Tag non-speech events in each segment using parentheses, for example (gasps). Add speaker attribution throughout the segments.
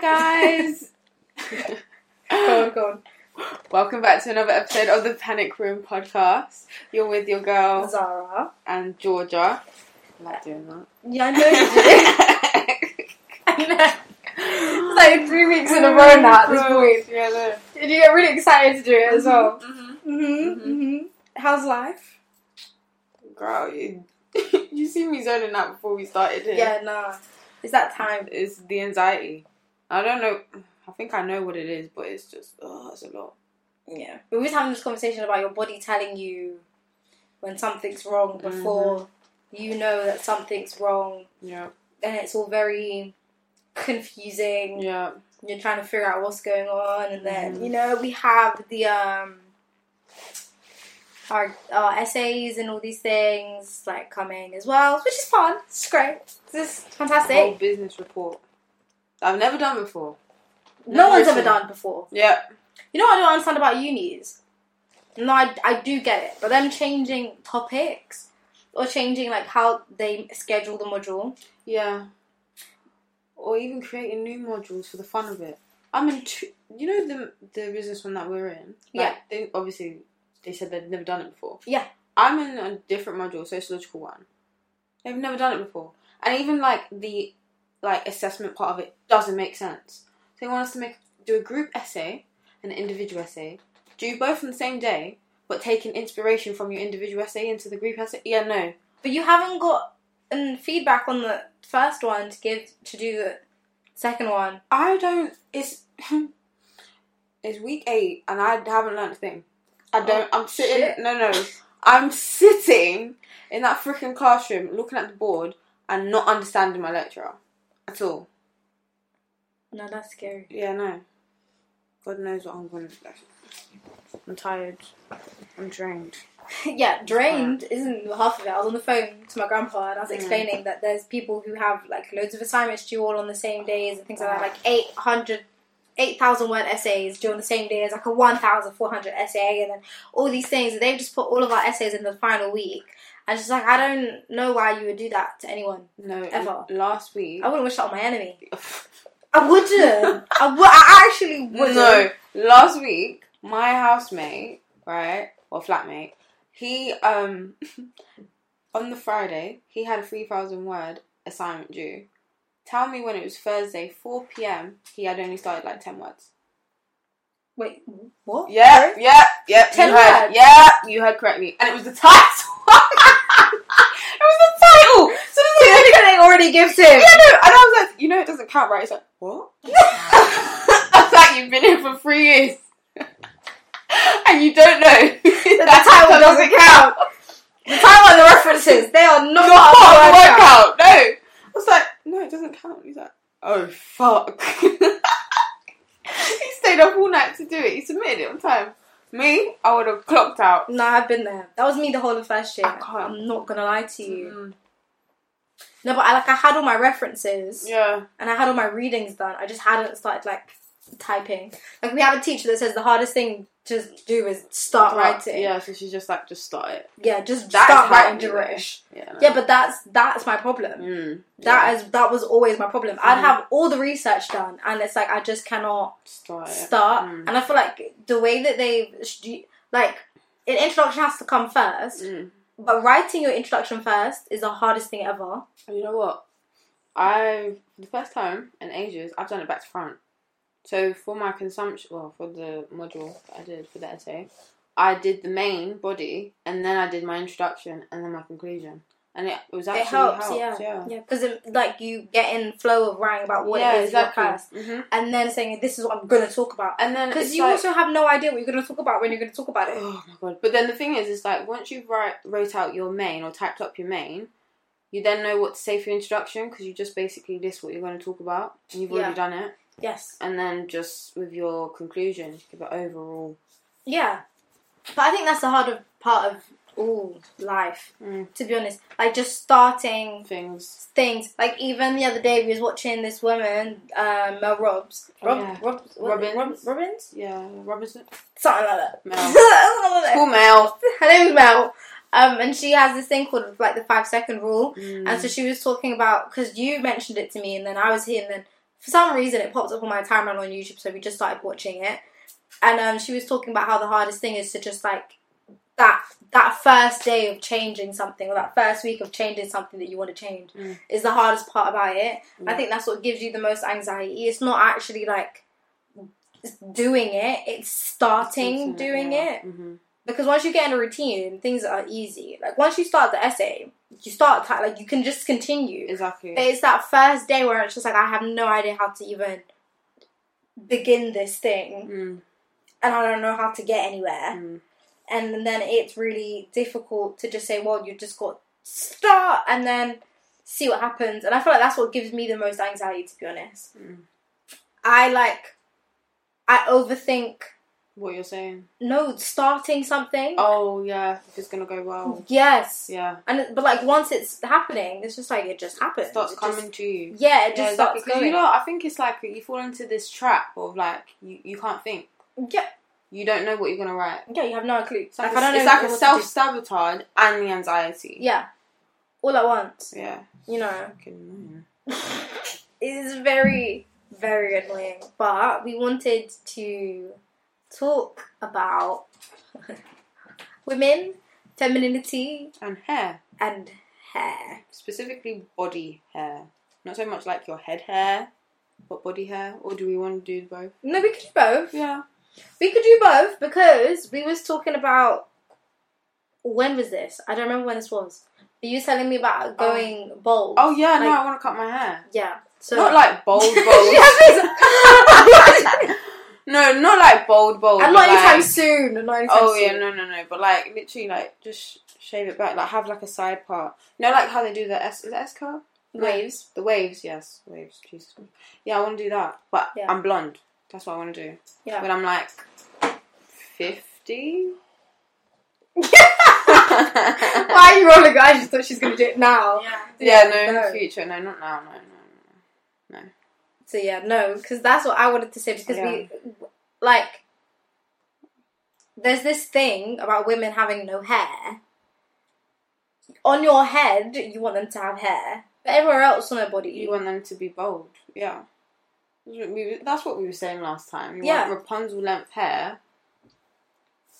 Speaker 1: (laughs)
Speaker 2: guys! (laughs)
Speaker 1: Go on, go on.
Speaker 2: Welcome back to another episode of the Panic Room podcast. You're with your girl
Speaker 1: Zara.
Speaker 2: and Georgia. I like doing that.
Speaker 1: Yeah,
Speaker 2: (laughs)
Speaker 1: I (laughs)
Speaker 2: it's
Speaker 1: it's like three weeks in a row now at this point.
Speaker 2: Yeah, no.
Speaker 1: And you get really excited to do it as well.
Speaker 2: Mhm,
Speaker 1: hmm hmm How's life?
Speaker 2: mhm. Girl, you, (laughs) you see me zoning out before we started here.
Speaker 1: nah. It's that time.
Speaker 2: It's the anxiety. I don't know. I think I know what it is, but it's just, oh, it's a lot.
Speaker 1: Yeah. We were just having this conversation about your body telling you when something's wrong before you know that something's wrong.
Speaker 2: Yeah.
Speaker 1: And it's all very confusing.
Speaker 2: Yeah.
Speaker 1: You're trying to figure out what's going on. And then,
Speaker 2: Mhm.
Speaker 1: you know, we have the. um our, our essays and all these things like coming as well, which is fun. It's great. This is fantastic.
Speaker 2: Whole business report. I've never done before.
Speaker 1: No one's ever
Speaker 2: Listen.
Speaker 1: done before.
Speaker 2: Yeah.
Speaker 1: You know what I don't understand about unis? No, I, I do get it, but them changing topics or changing like how they schedule the module.
Speaker 2: Yeah. Or even creating new modules for the fun of it. I'm in two, you know the the business one that we're in.
Speaker 1: Yeah.
Speaker 2: They, obviously, they said they've never done it before.
Speaker 1: Yeah.
Speaker 2: I'm in a different module, sociological one. They've never done it before, and even like the like assessment part of it doesn't make sense. They want us to make do a group essay and an individual essay, do both on the same day, but taking inspiration from your individual essay into the group essay. Yeah, no.
Speaker 1: But you haven't got um, feedback on the first one to give to do the second one.
Speaker 2: I don't. It's (laughs) it's week eight, and I haven't learned a thing. I don't. I'm sitting.
Speaker 1: shit.
Speaker 2: No, no. I'm sitting in that freaking classroom, looking at the board, and not understanding my lecturer at all.
Speaker 1: No, that's scary.
Speaker 2: Yeah, no. God knows what I'm gonna do. I'm tired. I'm drained.
Speaker 1: (laughs) yeah, drained isn't half of it. I was on the phone to my grandpa and I was explaining that there's people who have like loads of assignments due all on the same days and things like that, like 800, 8,000 word essays due on the same day as like a 1,400 essay and then all these things. They've just put all of our essays in the final week. And it's just like, I don't know why you would do that to anyone.
Speaker 2: No,
Speaker 1: Ever.
Speaker 2: last week.
Speaker 1: I wouldn't wish that on my enemy.
Speaker 2: Oh. (laughs)
Speaker 1: I wouldn't. I, w- I actually wouldn't.
Speaker 2: No, last week my housemate, right, or flatmate, he um (laughs) on the Friday he had a three thousand word assignment due. Tell me when it was Thursday, four p.m. He had only started like ten words.
Speaker 1: Wait, what?
Speaker 2: Yeah, yeah, yeah.
Speaker 1: 10
Speaker 2: you heard,
Speaker 1: words?
Speaker 2: Yeah, you heard correctly, and it was the title. (laughs) it was the title. So this is
Speaker 1: Because (laughs) they already gives him.
Speaker 2: (laughs) yeah, no. And I was like, you know, it doesn't count, right? It's like, what? I was like, you've been here for three years. and you don't know. that (laughs)
Speaker 1: (laughs) the title doesn't count. The time on the references, they are not,
Speaker 2: Not
Speaker 1: part of the workout.
Speaker 2: workout. No. I was like, no, it doesn't count. He's like, oh, fuck. (laughs) he stayed up all night to do it. He submitted it on time. Me, I would have clocked out.
Speaker 1: No, I've been there. That was me the whole of first year.
Speaker 2: I can't.
Speaker 1: am not gonna lie to you.
Speaker 2: Mm,
Speaker 1: No, but I like I had all my references
Speaker 2: Yeah.
Speaker 1: and I had all my readings done. I just hadn't started like typing. Like we have a teacher that says the hardest thing to do is start writing.
Speaker 2: Yeah, so she's just like, just start it.
Speaker 1: Yeah, just
Speaker 2: That
Speaker 1: start
Speaker 2: is how
Speaker 1: writing
Speaker 2: you
Speaker 1: gibberish.
Speaker 2: Yeah.
Speaker 1: Yeah, but that's that's my problem.
Speaker 2: Mm,
Speaker 1: That is that was always my problem.
Speaker 2: Mm-hmm.
Speaker 1: I'd have all the research done and it's like I just cannot
Speaker 2: start it.
Speaker 1: start.
Speaker 2: Mm.
Speaker 1: And I feel like the way that they stu- like an introduction has to come first,
Speaker 2: Mm.
Speaker 1: but writing your introduction first is the hardest thing ever.
Speaker 2: And you know what? I the first time in ages I've done it back to front. So for my consumption, well, for the module that I did for the essay, I did the main body, and then I did my introduction, and then my conclusion, and it was actually
Speaker 1: it helps,
Speaker 2: helped,
Speaker 1: yeah,
Speaker 2: yeah,
Speaker 1: yeah, because like you get in flow of writing about what
Speaker 2: Yeah,
Speaker 1: it is
Speaker 2: exactly.
Speaker 1: you're first,
Speaker 2: Mhm.
Speaker 1: and then saying this is what I'm going to talk about.
Speaker 2: And then
Speaker 1: Because
Speaker 2: it's
Speaker 1: you
Speaker 2: like-
Speaker 1: also have no idea what you're going to talk about when you're going to talk about it.
Speaker 2: Oh my god! But then the thing is, it's like once you write wrote out your main or typed up your main, you then know what to say for your introduction because you just basically list what you're going to talk about, and you've already
Speaker 1: Yeah.
Speaker 2: done it.
Speaker 1: Yes,
Speaker 2: And then just with your conclusion, you give it overall.
Speaker 1: yeah, but I think that's the harder part of all life.
Speaker 2: Mm.
Speaker 1: To be honest, like just starting
Speaker 2: things.
Speaker 1: things. Like even the other day, we was watching this woman, um, Mel Robbs,
Speaker 2: Oh,
Speaker 1: Rob,
Speaker 2: yeah.
Speaker 1: Rob, what-
Speaker 2: Robbins.
Speaker 1: Rob- Robbins,
Speaker 2: Yeah, Robinson.
Speaker 1: something like that. (laughs)
Speaker 2: Mel.
Speaker 1: Something like that.
Speaker 2: Cool Mel.
Speaker 1: Her name's Mel, um, and she has this thing called Mm.
Speaker 2: Mm.
Speaker 1: like the five second rule. And so she was talking about because you mentioned it to me, and then I was here, and then for some reason it popped up on my timeline on YouTube, so we just started watching it. And um, she was talking about how the hardest thing is to just like that that first day of changing something or that first week of changing something that you want to change
Speaker 2: Mm.
Speaker 1: is the hardest part about it. I
Speaker 2: Mm.
Speaker 1: think that's what gives you the most anxiety. It's not actually like doing it; it's starting doing it.
Speaker 2: Mm-hmm.
Speaker 1: Because once you get in a routine, things are easy. Like once you start the essay, you start ty- like you can just continue.
Speaker 2: Exactly.
Speaker 1: But it's that first day where it's just like I have no idea how to even begin this thing,
Speaker 2: Mm,
Speaker 1: and I don't know how to get anywhere.
Speaker 2: mm,
Speaker 1: And then it's really difficult to just say, "Well, you just got to start," and then see what happens. And I feel like that's what gives me the most anxiety, to be honest.
Speaker 2: Mm.
Speaker 1: I like, I overthink.
Speaker 2: what you're saying.
Speaker 1: No, starting something.
Speaker 2: Oh, yeah, if it's gonna go
Speaker 1: (laughs)
Speaker 2: well.
Speaker 1: Yes.
Speaker 2: Yeah,
Speaker 1: And it- but like once it's happening, it's just like it just happens.
Speaker 2: starts
Speaker 1: It just-
Speaker 2: coming to you.
Speaker 1: yeah, it just starts
Speaker 2: Yeah, exactly. Because
Speaker 1: going.
Speaker 2: you know, I think it's like you fall into this trap of like you, you can't think.
Speaker 1: yeah,
Speaker 2: You don't know what you're gonna write.
Speaker 1: yeah, you have no clue.
Speaker 2: It's like,
Speaker 1: I don't
Speaker 2: a, it's
Speaker 1: know
Speaker 2: like
Speaker 1: what
Speaker 2: a
Speaker 1: to
Speaker 2: self sabotage and the anxiety.
Speaker 1: do. Yeah, all at once.
Speaker 2: Yeah.
Speaker 1: You know, (laughs)
Speaker 2: Fucking annoying.
Speaker 1: it is very, very annoying. But we wanted to talk about (laughs) women, femininity,
Speaker 2: And hair,
Speaker 1: and hair.
Speaker 2: specifically body hair. Not so much like your head hair, but body hair. Or do we want to do both?
Speaker 1: No, we could do both.
Speaker 2: Yeah.
Speaker 1: We could do both because we was talking about when was this? I don't remember when this was. But you was telling me about going bald.
Speaker 2: Oh yeah, no,
Speaker 1: Like-
Speaker 2: I want to cut my hair.
Speaker 1: Yeah. So (laughs)
Speaker 2: not like bold, bold. no, not like bold, bold.
Speaker 1: and
Speaker 2: but
Speaker 1: not anytime
Speaker 2: like-
Speaker 1: soon. Not anytime
Speaker 2: Oh
Speaker 1: soon.
Speaker 2: yeah, no, no, no. But like literally, like just shave it back. Like have like a side part. No, like how they do the S is it S curl No.
Speaker 1: Waves. (laughs)
Speaker 2: The waves, yes, waves. Jesus. Christ. Yeah, I want to do that, but
Speaker 1: Yeah.
Speaker 2: I'm blonde. That's what I want to do.
Speaker 1: Yeah.
Speaker 2: When I'm like fifty.
Speaker 1: (laughs)
Speaker 2: (laughs)
Speaker 1: Why are you rolling? I just thought she's gonna do it now.
Speaker 3: Yeah.
Speaker 2: yeah, no, in
Speaker 1: no.
Speaker 2: the future, no, not now, no, no, no.
Speaker 1: So yeah, no, because that's what I wanted to say. Because
Speaker 2: Yeah.
Speaker 1: we like there's this thing about women having no hair. On your head, you want them to have hair, but everywhere else on their body,
Speaker 2: You want them to be bold, yeah. That's what we were- That's what we were saying last time. You
Speaker 1: Yeah.
Speaker 2: want Rapunzel length hair,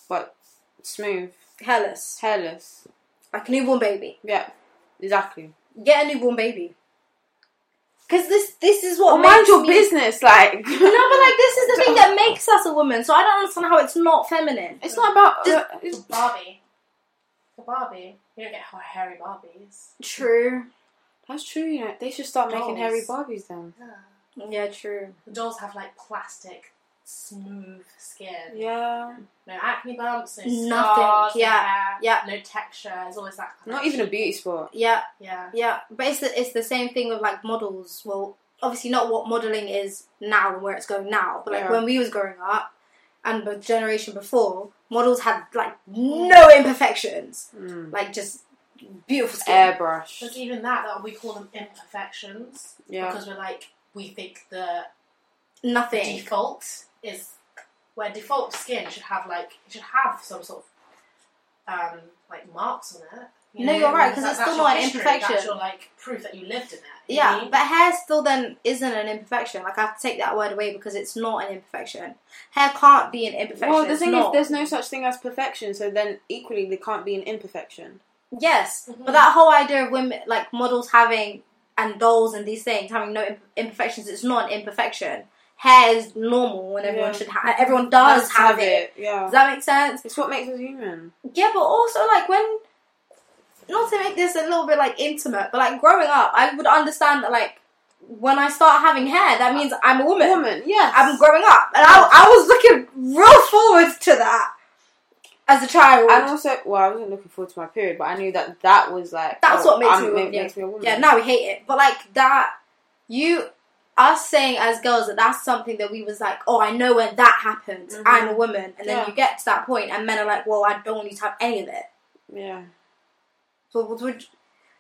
Speaker 2: but smooth,
Speaker 1: hairless,
Speaker 2: hairless.
Speaker 1: like a newborn baby.
Speaker 2: Yeah, exactly.
Speaker 1: Get a newborn baby. Because this this is what
Speaker 2: Or mind
Speaker 1: makes
Speaker 2: your
Speaker 1: me-
Speaker 2: business, like.
Speaker 1: (laughs)
Speaker 2: no,
Speaker 1: No, but like this is the thing that makes us a woman. So I don't understand how it's not feminine.
Speaker 2: It's not about. Uh, it's,
Speaker 3: Barbie. For Barbie, you don't get ha- hairy Barbies.
Speaker 1: True.
Speaker 2: that's true. You know, they should start making
Speaker 3: Dolls.
Speaker 2: hairy Barbies then.
Speaker 1: Yeah, true.
Speaker 3: The dolls have like plastic, smooth skin.
Speaker 2: Yeah,
Speaker 3: No acne bumps, no
Speaker 1: Nothing.
Speaker 3: scars, no
Speaker 1: Yeah.
Speaker 3: hair,
Speaker 1: Yeah.
Speaker 3: no texture. It's always that.
Speaker 2: not even a beauty spot.
Speaker 1: Yeah,
Speaker 3: Yeah.
Speaker 1: yeah. But it's the, it's the same thing with like models. Well, obviously not what modeling is now and where it's going now. But like
Speaker 2: Yeah.
Speaker 1: when we was growing up and the generation before, models had like no imperfections.
Speaker 2: Mm.
Speaker 1: Like just beautiful skin.
Speaker 3: There's
Speaker 2: Airbrush.
Speaker 3: even that that we call them imperfections
Speaker 2: Yeah.
Speaker 3: because we're like we think the
Speaker 1: Nothing.
Speaker 3: default is where default skin should have like it should have some sort of um like marks on it.
Speaker 1: No, you're right, 'cause
Speaker 3: that-
Speaker 1: it's
Speaker 3: that's
Speaker 1: still
Speaker 3: your
Speaker 1: not an
Speaker 3: history,
Speaker 1: imperfection.
Speaker 3: That's your like proof that you lived in it. you
Speaker 1: Yeah,
Speaker 2: Mm-hmm.
Speaker 3: mean?
Speaker 1: but hair still then isn't an imperfection. Like I have to take that word away because it's not an imperfection. Hair can't be an imperfection.
Speaker 2: Well, the
Speaker 1: It's
Speaker 2: thing is,
Speaker 1: not.
Speaker 2: there's no such thing as perfection, so then equally, there can't be an imperfection.
Speaker 1: Yes,
Speaker 3: Mhm.
Speaker 1: but that whole idea of women, like models having and dolls and these things having no imp- imperfections, it's not an imperfection. Hair is normal, and everyone
Speaker 2: Yeah.
Speaker 1: should have. Everyone does
Speaker 2: Must
Speaker 1: have it. Does
Speaker 2: Yeah.
Speaker 1: that make sense?
Speaker 2: It's what makes us human.
Speaker 1: Yeah, but also like when, not to make this a little bit like intimate, but like growing up, I would understand that like when I start having hair, that means I'm a woman.
Speaker 2: Woman, yes.
Speaker 1: I'm growing up, and I, I was looking real forward to that as a child.
Speaker 2: and also, well, I wasn't looking forward to my period, but I knew that that was like
Speaker 1: That's what makes me a
Speaker 2: ma-
Speaker 1: woman, yeah.
Speaker 2: makes me a woman.
Speaker 1: yeah, now we hate it, but like that, you us saying as girls that that's something that we was like, oh, I know when that happens.
Speaker 2: Mhm.
Speaker 1: I'm a woman, and then
Speaker 2: Yeah.
Speaker 1: you get to that point, and men are like, well, I don't want you to have any of it.
Speaker 2: yeah.
Speaker 1: So what would?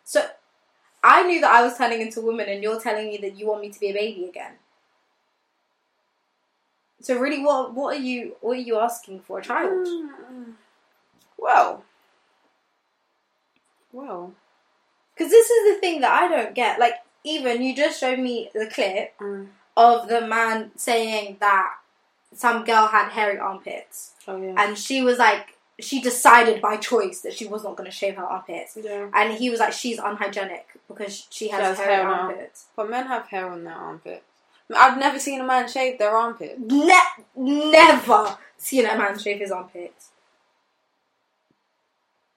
Speaker 1: So I knew that I was turning into a woman, and you're telling me that you want me to be a baby again. So really, what what are you what are you asking for a child?
Speaker 2: Mm. Well, well,
Speaker 1: Because this is the thing that I don't get. Like, even you just showed me the clip
Speaker 2: Mm.
Speaker 1: of the man saying that some girl had hairy armpits,
Speaker 2: Oh yeah.
Speaker 1: and she was like, she decided by choice that she was not going to shave her armpits,
Speaker 2: yeah.
Speaker 1: and he was like, she's unhygienic because she has,
Speaker 2: She has
Speaker 1: hairy
Speaker 2: hair now.
Speaker 1: armpits.
Speaker 2: But men have hair on their armpits. I've never seen a man shave their armpit.
Speaker 1: Ne- never seen a man shave his armpits.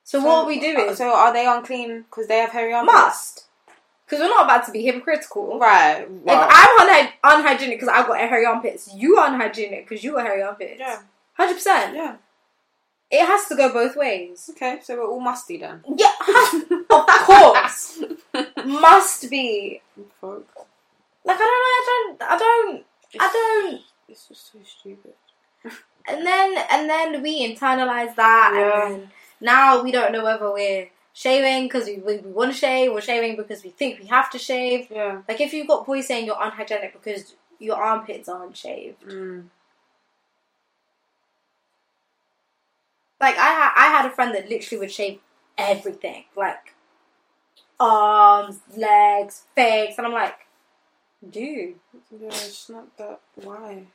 Speaker 1: So, what are we doing?
Speaker 2: So uh, are they unclean because they have hairy armpits?
Speaker 1: Must. Because we're not about to be hypocritical.
Speaker 2: Right.
Speaker 1: If
Speaker 2: well,
Speaker 1: I'm unhy- unhygienic because I've got hairy armpits, you are unhygienic because you got hairy armpits.
Speaker 2: yeah.
Speaker 1: 100%.
Speaker 2: Yeah.
Speaker 1: It has to go both ways.
Speaker 2: Okay. So we're all
Speaker 1: (laughs)
Speaker 2: musty then.
Speaker 1: Yeah, of course. Must be.
Speaker 2: Fuck.
Speaker 1: Like, I don't know, I don't, I don't,
Speaker 2: This is so stupid.
Speaker 1: I don't. And then, and then we internalize that,
Speaker 2: Yeah.
Speaker 1: and then now we don't know whether we're shaving because we, we, we want to shave, or shaving because we think we have to shave.
Speaker 2: Yeah.
Speaker 1: Like, if you've got boys saying you're unhygienic because your armpits aren't shaved.
Speaker 2: Mm.
Speaker 1: Like I ha- I had a friend that literally would shave everything, like arms, legs, face, and I'm like, dude,
Speaker 2: Yeah. It's not that. Why?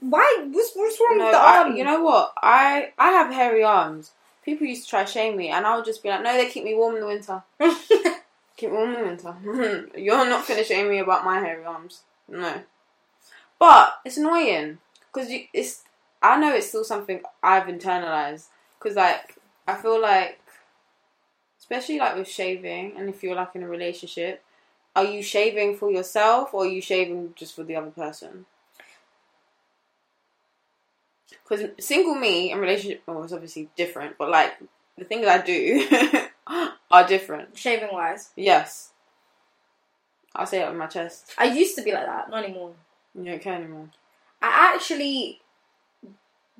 Speaker 1: why? What's, what's wrong
Speaker 2: No,
Speaker 1: with the
Speaker 2: I-
Speaker 1: arm?
Speaker 2: you know what? I I have hairy arms. People used to try to shame me, and I would just be like, "No, they keep me warm in the winter. (laughs) Keep me warm in the winter. (laughs) You're not gonna shame me about my hairy arms. No." But it's annoying because it's. I know it's still something I've internalized because, like, I feel like, especially like with shaving, and if you're like in a relationship, are you shaving for yourself or are you shaving just for the other person? because single me and relationship well, it's obviously different, but like the things I do (laughs) are different.
Speaker 1: Shaving wise,
Speaker 2: Yes, I'll say it with my chest.
Speaker 1: I used to be like that, not anymore.
Speaker 2: You don't care anymore.
Speaker 1: I actually,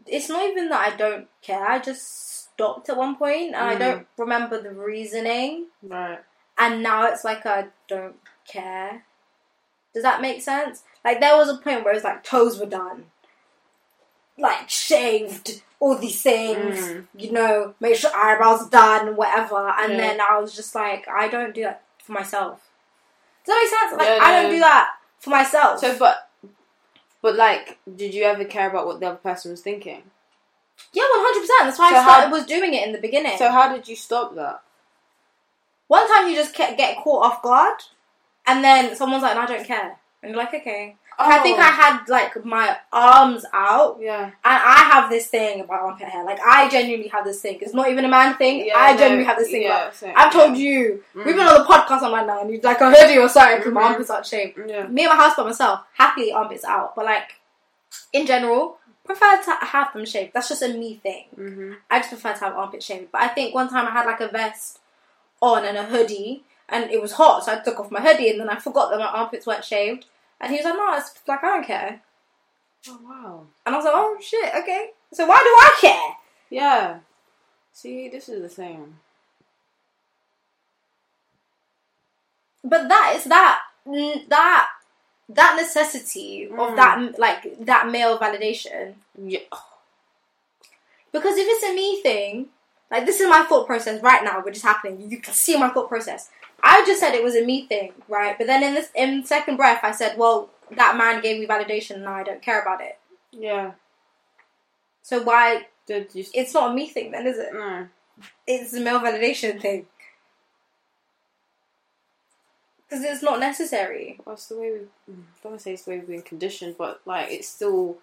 Speaker 1: it's not even that I don't care. I just stopped at one point, and I
Speaker 2: Mm.
Speaker 1: don't remember the reasoning.
Speaker 2: Right.
Speaker 1: and now it's like I don't care. Does that make sense? Like there was a point where it's like toes were done, like shaved, all these things,
Speaker 2: Mm.
Speaker 1: you know, make sure eyebrows are done, whatever. And
Speaker 2: Yeah.
Speaker 1: then I was just like, I don't do that for myself. Does that make sense? Like
Speaker 2: Yeah,
Speaker 1: I don't
Speaker 2: no.
Speaker 1: do that for myself.
Speaker 2: So, but but like, did you ever care about what the other person was thinking?
Speaker 1: yeah, one hundred percent. That's why
Speaker 2: So
Speaker 1: I started
Speaker 2: how-
Speaker 1: was doing it in the beginning.
Speaker 2: So how did you stop that?
Speaker 1: One time you just ca- get caught off guard, and then someone's like, "No, I don't care," and you're like, "Okay." I think
Speaker 2: Oh.
Speaker 1: I had like my arms out,
Speaker 2: yeah.
Speaker 1: and I have this thing about armpit hair. Like I genuinely have this thing. It's not even a man thing.
Speaker 2: yeah
Speaker 1: I
Speaker 2: no,
Speaker 1: genuinely have this thing. about-
Speaker 2: Yeah, same.
Speaker 1: I've told you.
Speaker 2: Mm.
Speaker 1: We've been on the podcast. I'm like, nah, I need like a hoodie or something because my
Speaker 2: Mhm.
Speaker 1: armpits aren't shaved.
Speaker 2: Yeah.
Speaker 1: Me and my house by myself, happily armpits out, but like in general, prefer to have them shaved. That's just a me thing.
Speaker 2: Mm-hmm.
Speaker 1: I just prefer to have armpit shaved. But I think one time I had like a vest on and a hoodie, and it was hot, so I took off my hoodie, and then I forgot that my armpits weren't shaved. And he was like, "No, it's like I don't care."
Speaker 2: Oh wow.
Speaker 1: And I was like, "Oh shit, okay." So why do I care?
Speaker 2: Yeah. See, this is the same.
Speaker 1: But that is that mm, that that necessity of
Speaker 2: Mm.
Speaker 1: that like that male validation.
Speaker 2: Yeah.
Speaker 1: Because if it's a me thing, like this is my thought process right now, which is happening. You can see my thought process. I just said it was a me thing, right? But then in this in second breath, I said, "Well, that man gave me validation, and now I don't care about it."
Speaker 2: Yeah.
Speaker 1: So why?
Speaker 2: Did you?
Speaker 1: It's not a me thing, then, is it?
Speaker 2: No.
Speaker 1: It's a male validation thing. Because it's not necessary.
Speaker 2: Well, it's the way we. I don't want to say it's the way we've been conditioned, but like it's still,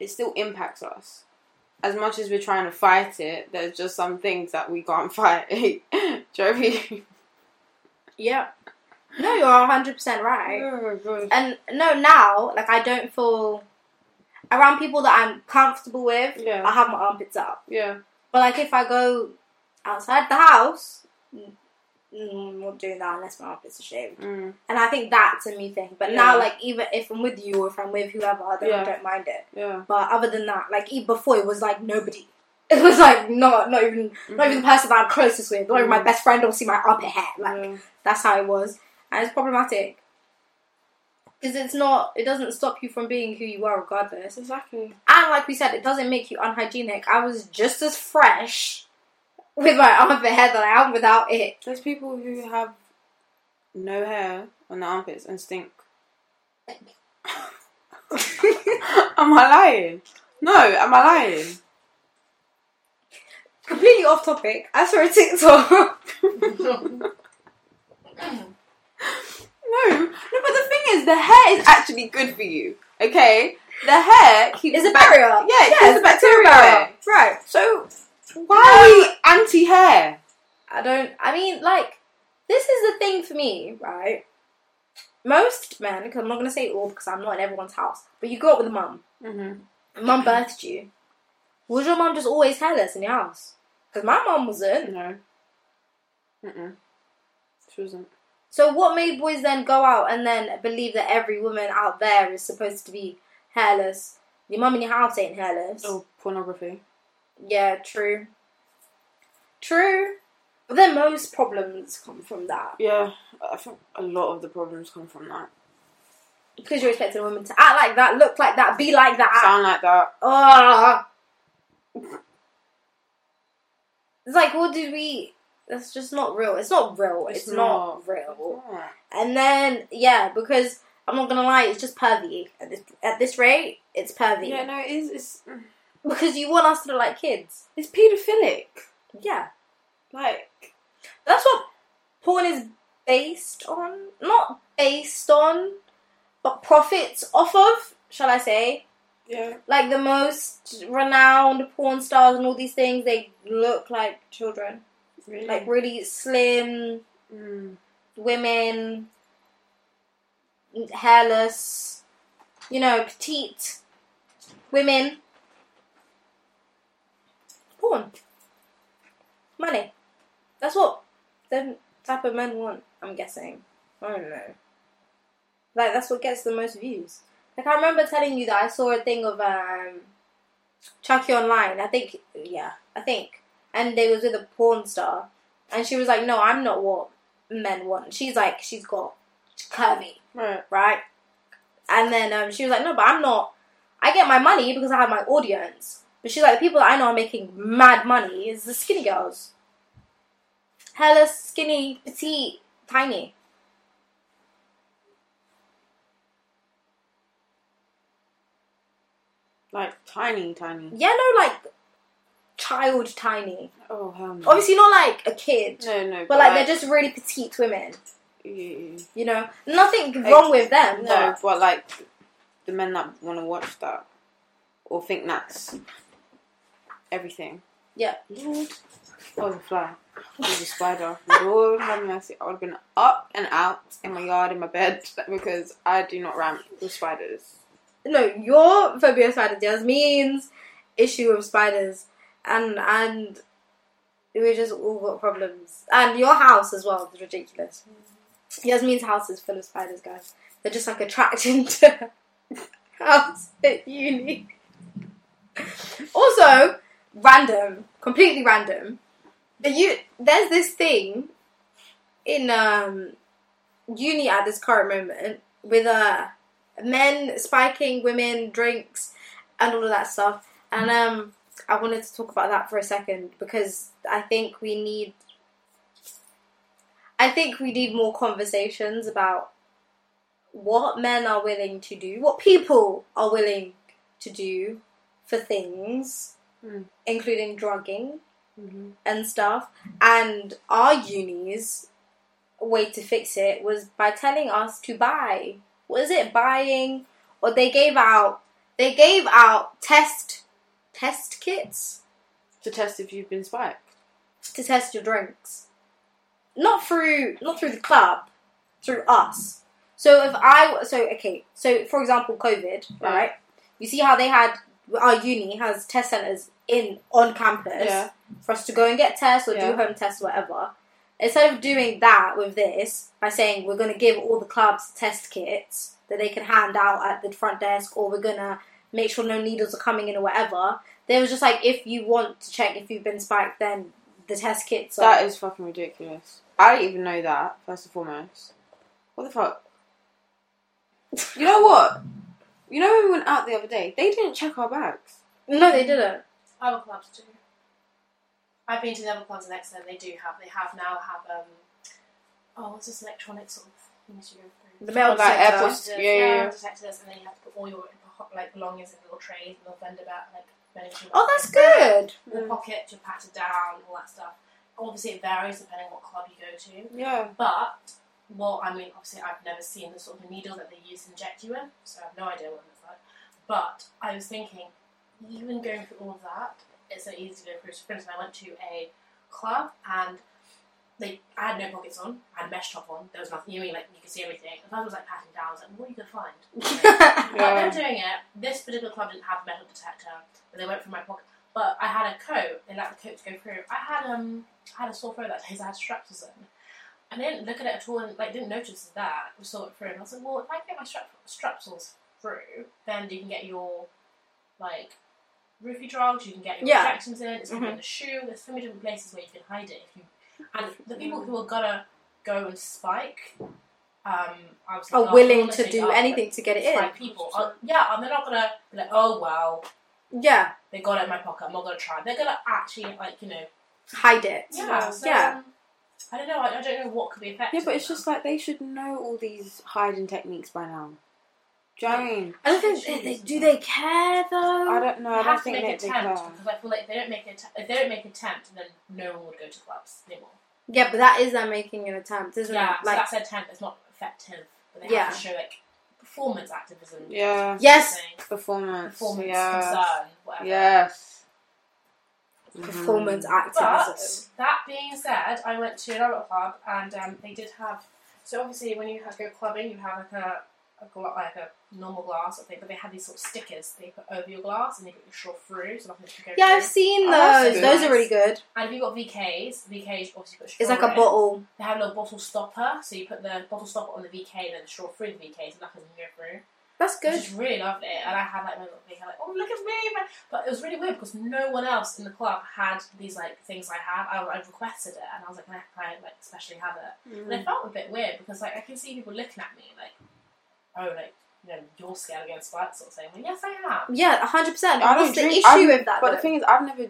Speaker 2: it still impacts us. As much as we're trying to fight it, there's just some things that we can't (laughs) fight. Do you know what I mean?
Speaker 1: Yeah. No, you're hundred percent right.
Speaker 2: Oh my god.
Speaker 1: And no, now like I don't feel around people that I'm comfortable with.
Speaker 2: Yeah.
Speaker 1: I have my armpits up.
Speaker 2: Yeah.
Speaker 1: But like if I go outside the house, mm, mm, I'm not doing that unless my armpits are shaved.
Speaker 2: Mm.
Speaker 1: And I think that's a me thing. But
Speaker 2: Yeah.
Speaker 1: now, like even if I'm with you or if I'm with whoever, then
Speaker 2: Yeah.
Speaker 1: I don't mind it.
Speaker 2: Yeah.
Speaker 1: But other than that, like even before, it was like nobody. (laughs) It was like not not even not
Speaker 2: mm,
Speaker 1: even the person that I'm closest with, not even my
Speaker 2: Mhm.
Speaker 1: best friend will see my armpit hair. Like
Speaker 2: Yeah.
Speaker 1: that's how it was, and it's problematic. Because it's not, it doesn't stop you from being who you are, regardless.
Speaker 2: Exactly.
Speaker 1: And like we said, it doesn't make you unhygienic. I was just as fresh with my armpit hair that I am without it.
Speaker 2: There's people who have no hair on their armpits and stink. (laughs) am I lying? No, am I lying?
Speaker 1: (laughs) Completely off topic. I saw a TikTok.
Speaker 3: (laughs)
Speaker 2: No, no, but the thing is, the hair is actually good for you. Okay, the hair
Speaker 1: (laughs)
Speaker 2: keeps
Speaker 1: It's a
Speaker 2: the bac-
Speaker 1: barrier.
Speaker 2: Yeah, it keeps the bacteria. away.
Speaker 1: Right.
Speaker 2: So why are we anti-hair?
Speaker 1: I don't. I mean, like, this is the thing for me, right? Most men, because I'm not gonna say all, because I'm not in everyone's house, but you grew up with a mum. (clears throat)
Speaker 2: Mm-hmm.
Speaker 1: Mum birthed you. Was your mum just always hairless in your house? Because my mum wasn't.
Speaker 2: No. Mm-mm. She wasn't.
Speaker 1: So what made boys then go out and then believe that every woman out there is supposed to be hairless? Your mum in your house ain't hairless.
Speaker 2: Oh, pornography.
Speaker 1: Yeah, true. True. But then most problems come from that.
Speaker 2: Yeah, I think a lot of the problems come from that.
Speaker 1: Because you're expecting a woman to act like that, look like that, be like that. Ah.
Speaker 2: Sound like that.
Speaker 1: Ugh. It's like, what did we. That's just not real. It's not real. It's,
Speaker 2: It's
Speaker 1: not,
Speaker 2: not.
Speaker 1: real. And then, yeah, because I'm not gonna lie, it's just pervy. At this, at this rate, it's pervy.
Speaker 2: Yeah, no, it is. It's mm,
Speaker 1: Because you want us to look like kids.
Speaker 2: it's paedophilic.
Speaker 1: Yeah.
Speaker 2: Like
Speaker 1: That's what porn is based on. Not based on, but profits off of, shall I say.
Speaker 2: yeah,
Speaker 1: Like the most renowned porn stars and all these things, they look like children.
Speaker 2: really.
Speaker 1: Like really slim
Speaker 2: mm.
Speaker 1: women, hairless, you know, petite women. Porn. Money. That's what the type of men want, I'm guessing. I don't know. Like, that's what gets the most views. Like, I remember telling you that I saw a thing of, um, Chucky online. I think, yeah, I think. And they was with a porn star. And she was like, no, I'm not what men want. She's like, she's got curvy,
Speaker 2: right.
Speaker 1: right? And then um, she was like, no, but I'm not. I get my money because I have my audience. But she's like, the people that I know are making mad money is the skinny girls. Hella skinny, petite, tiny.
Speaker 2: Like tiny, tiny.
Speaker 1: Yeah, no, like child tiny.
Speaker 2: Oh hell no.
Speaker 1: Obviously, not like a kid,
Speaker 2: no, no.
Speaker 1: but like they're just really petite women.
Speaker 2: just
Speaker 1: You know, nothing wrong with them.
Speaker 2: No,
Speaker 1: but-
Speaker 2: but like the men that want to watch that or think that's everything.
Speaker 1: yeah.
Speaker 2: Lord, I was a fly. I was a spider. Lord have mercy. I would have been up and out in my yard, in my bed, (laughs) because I do not ramp with spiders.
Speaker 1: no, your phobia of spiders, Yasmin's issue of spiders, and and we just all got problems. And your house as well is ridiculous. Yasmin's house is full of spiders, guys. They're just like attracted (laughs) to her house at uni. Also, random, completely random. But you, there's this thing in um, uni at this current moment with uh, a men spiking women drinks and all of that stuff and um i wanted to talk about that for a second because i think we need i think we need more conversations about what men are willing to do what people are willing to do for things
Speaker 2: Mm.
Speaker 1: including drugging
Speaker 2: Mhm.
Speaker 1: and stuff and our uni's way to fix it was by telling us to buy was it buying or they gave out they gave out test test kits
Speaker 2: To test if you've been spiked.
Speaker 1: to test your drinks not through not through the club through us so if i so okay so for example covid
Speaker 2: Yeah.
Speaker 1: right you see how they had our uni has test centers in on campus
Speaker 2: Yeah.
Speaker 1: for us to go and get tests or
Speaker 2: Yeah.
Speaker 1: do home tests, whatever. Instead of doing that with this, by saying we're going to give all the clubs test kits that they can hand out at the front desk, or we're going to make sure no needles are coming in or whatever, they was just like, if you want to check if you've been spiked, then the test kits are.
Speaker 2: That is fucking ridiculous. I didn't even know that, first and foremost. What the fuck? You know what? You know when we went out the other day, they didn't check our bags.
Speaker 1: no, they
Speaker 2: (laughs)
Speaker 1: didn't.
Speaker 3: Other clubs do. I've been to the other clubs in Exeter. and They do have. They have now have um. Oh, what's this electronic sort of Yes, you go through.
Speaker 1: The metal
Speaker 2: Oh, like
Speaker 1: detector.
Speaker 2: airports.
Speaker 3: Detectors,
Speaker 2: Yeah, yeah, yeah.
Speaker 3: detectors, and then you have to put all your like belongings in little trays, little vendor bag, like vendor machine.
Speaker 1: Oh, that's good.
Speaker 3: Your
Speaker 2: Mm.
Speaker 3: pockets, your patted down, all that stuff. Obviously, it varies depending on what club you go to.
Speaker 2: Yeah.
Speaker 3: But well, I mean, obviously, I've never seen the sort of needle that they use to inject you in, so I have no idea what it's like. But I was thinking, even going through all of that, it's so easy to go through. So, for instance, I went to a club and. They, I had no pockets on. I had a mesh top on. There was nothing. You mean like you could see everything. If I was like patting down, I was like, "What are you gonna find?" (laughs) But
Speaker 2: Yeah.
Speaker 3: they were doing it. This particular club didn't have a metal detector, but they went from my pocket. But I had a coat. They let the coat to go through. I had um, I had a sore throat that day. so I had strepsils in. And I didn't look at it at all, and like didn't notice that. I saw it through, and I was like, well, if I can get my strep- strepsils through, then you can get your like roofie drugs. You can get your
Speaker 1: Yeah. Mm-hmm.
Speaker 3: injections in. It's in the shoe. There's so many different places where you can hide it. If you and the people who are gonna go and spike, um, I was like,
Speaker 1: Are
Speaker 3: oh,
Speaker 1: willing
Speaker 3: unless
Speaker 1: to
Speaker 3: they
Speaker 1: do
Speaker 3: are,
Speaker 1: anything to get it
Speaker 3: by
Speaker 1: in.
Speaker 3: people. Uh, yeah, and they're not gonna be like, oh well,
Speaker 1: Yeah,
Speaker 3: they got it in my pocket. I'm not gonna try. They're gonna actually like you know.
Speaker 1: hide it.
Speaker 3: Yeah. So,
Speaker 1: yeah.
Speaker 3: um, I don't know. I, I don't know what could be effective.
Speaker 2: Yeah, but it's
Speaker 3: now.
Speaker 2: just like they should know all these hiding techniques by now. Do you know what I mean?
Speaker 1: I don't think they, they- do. They care though.
Speaker 2: I don't know.
Speaker 3: You
Speaker 2: I
Speaker 3: have
Speaker 2: don't
Speaker 3: to
Speaker 2: think
Speaker 3: make
Speaker 2: that they care.
Speaker 3: attempt because I feel like if they don't make attempt, if they don't make attempt, then no one would go to clubs anymore.
Speaker 1: Yeah, but that is them making an attempt, isn't
Speaker 3: yeah,
Speaker 1: it?
Speaker 3: so
Speaker 1: Like,
Speaker 3: that's their attempt. It's not effective, but they
Speaker 1: Yeah.
Speaker 3: have to show like performance activism.
Speaker 2: Yeah.
Speaker 1: yes,
Speaker 3: thing,
Speaker 2: Performance.
Speaker 3: performance
Speaker 2: yeah.
Speaker 3: concern, whatever.
Speaker 2: Yes. Mm-hmm.
Speaker 1: performance
Speaker 3: But
Speaker 1: activism.
Speaker 3: that being said, I went to another club and um, they did have. So obviously, when you have, go clubbing, you have like a, a gla- like a normal glass, I think, but they had these sort of stickers they put over your glass and they put your straw through, so nothing can go
Speaker 1: Yeah,
Speaker 3: through.
Speaker 1: I've seen
Speaker 2: Oh, that's
Speaker 1: those.
Speaker 2: good.
Speaker 1: Those are really good.
Speaker 3: And if you got VKs, VKs obviously put straw.
Speaker 1: It's like a
Speaker 3: in.
Speaker 1: bottle.
Speaker 3: They have a little bottle stopper, so you put the bottle stopper on the VK and then the straw through the VK, so nothing can go through.
Speaker 1: That's
Speaker 3: Good.
Speaker 1: good.
Speaker 3: Which is really lovely. And I had like my little thing, I'm like, oh, look at me. man." But it was really weird because no one else in the club had these like things I had. I, I requested it and I was like, can I, can I like especially have it? And I felt a bit weird because like I can see people looking at me like, oh, like, you know, you're scared against spikes sort of thing. Well, yes, I am.
Speaker 1: Yeah, hundred percent.
Speaker 2: I don't
Speaker 1: What's the
Speaker 2: drink-
Speaker 1: issue
Speaker 2: I'm-
Speaker 1: with that?
Speaker 2: But the
Speaker 1: though?
Speaker 2: thing is, I've never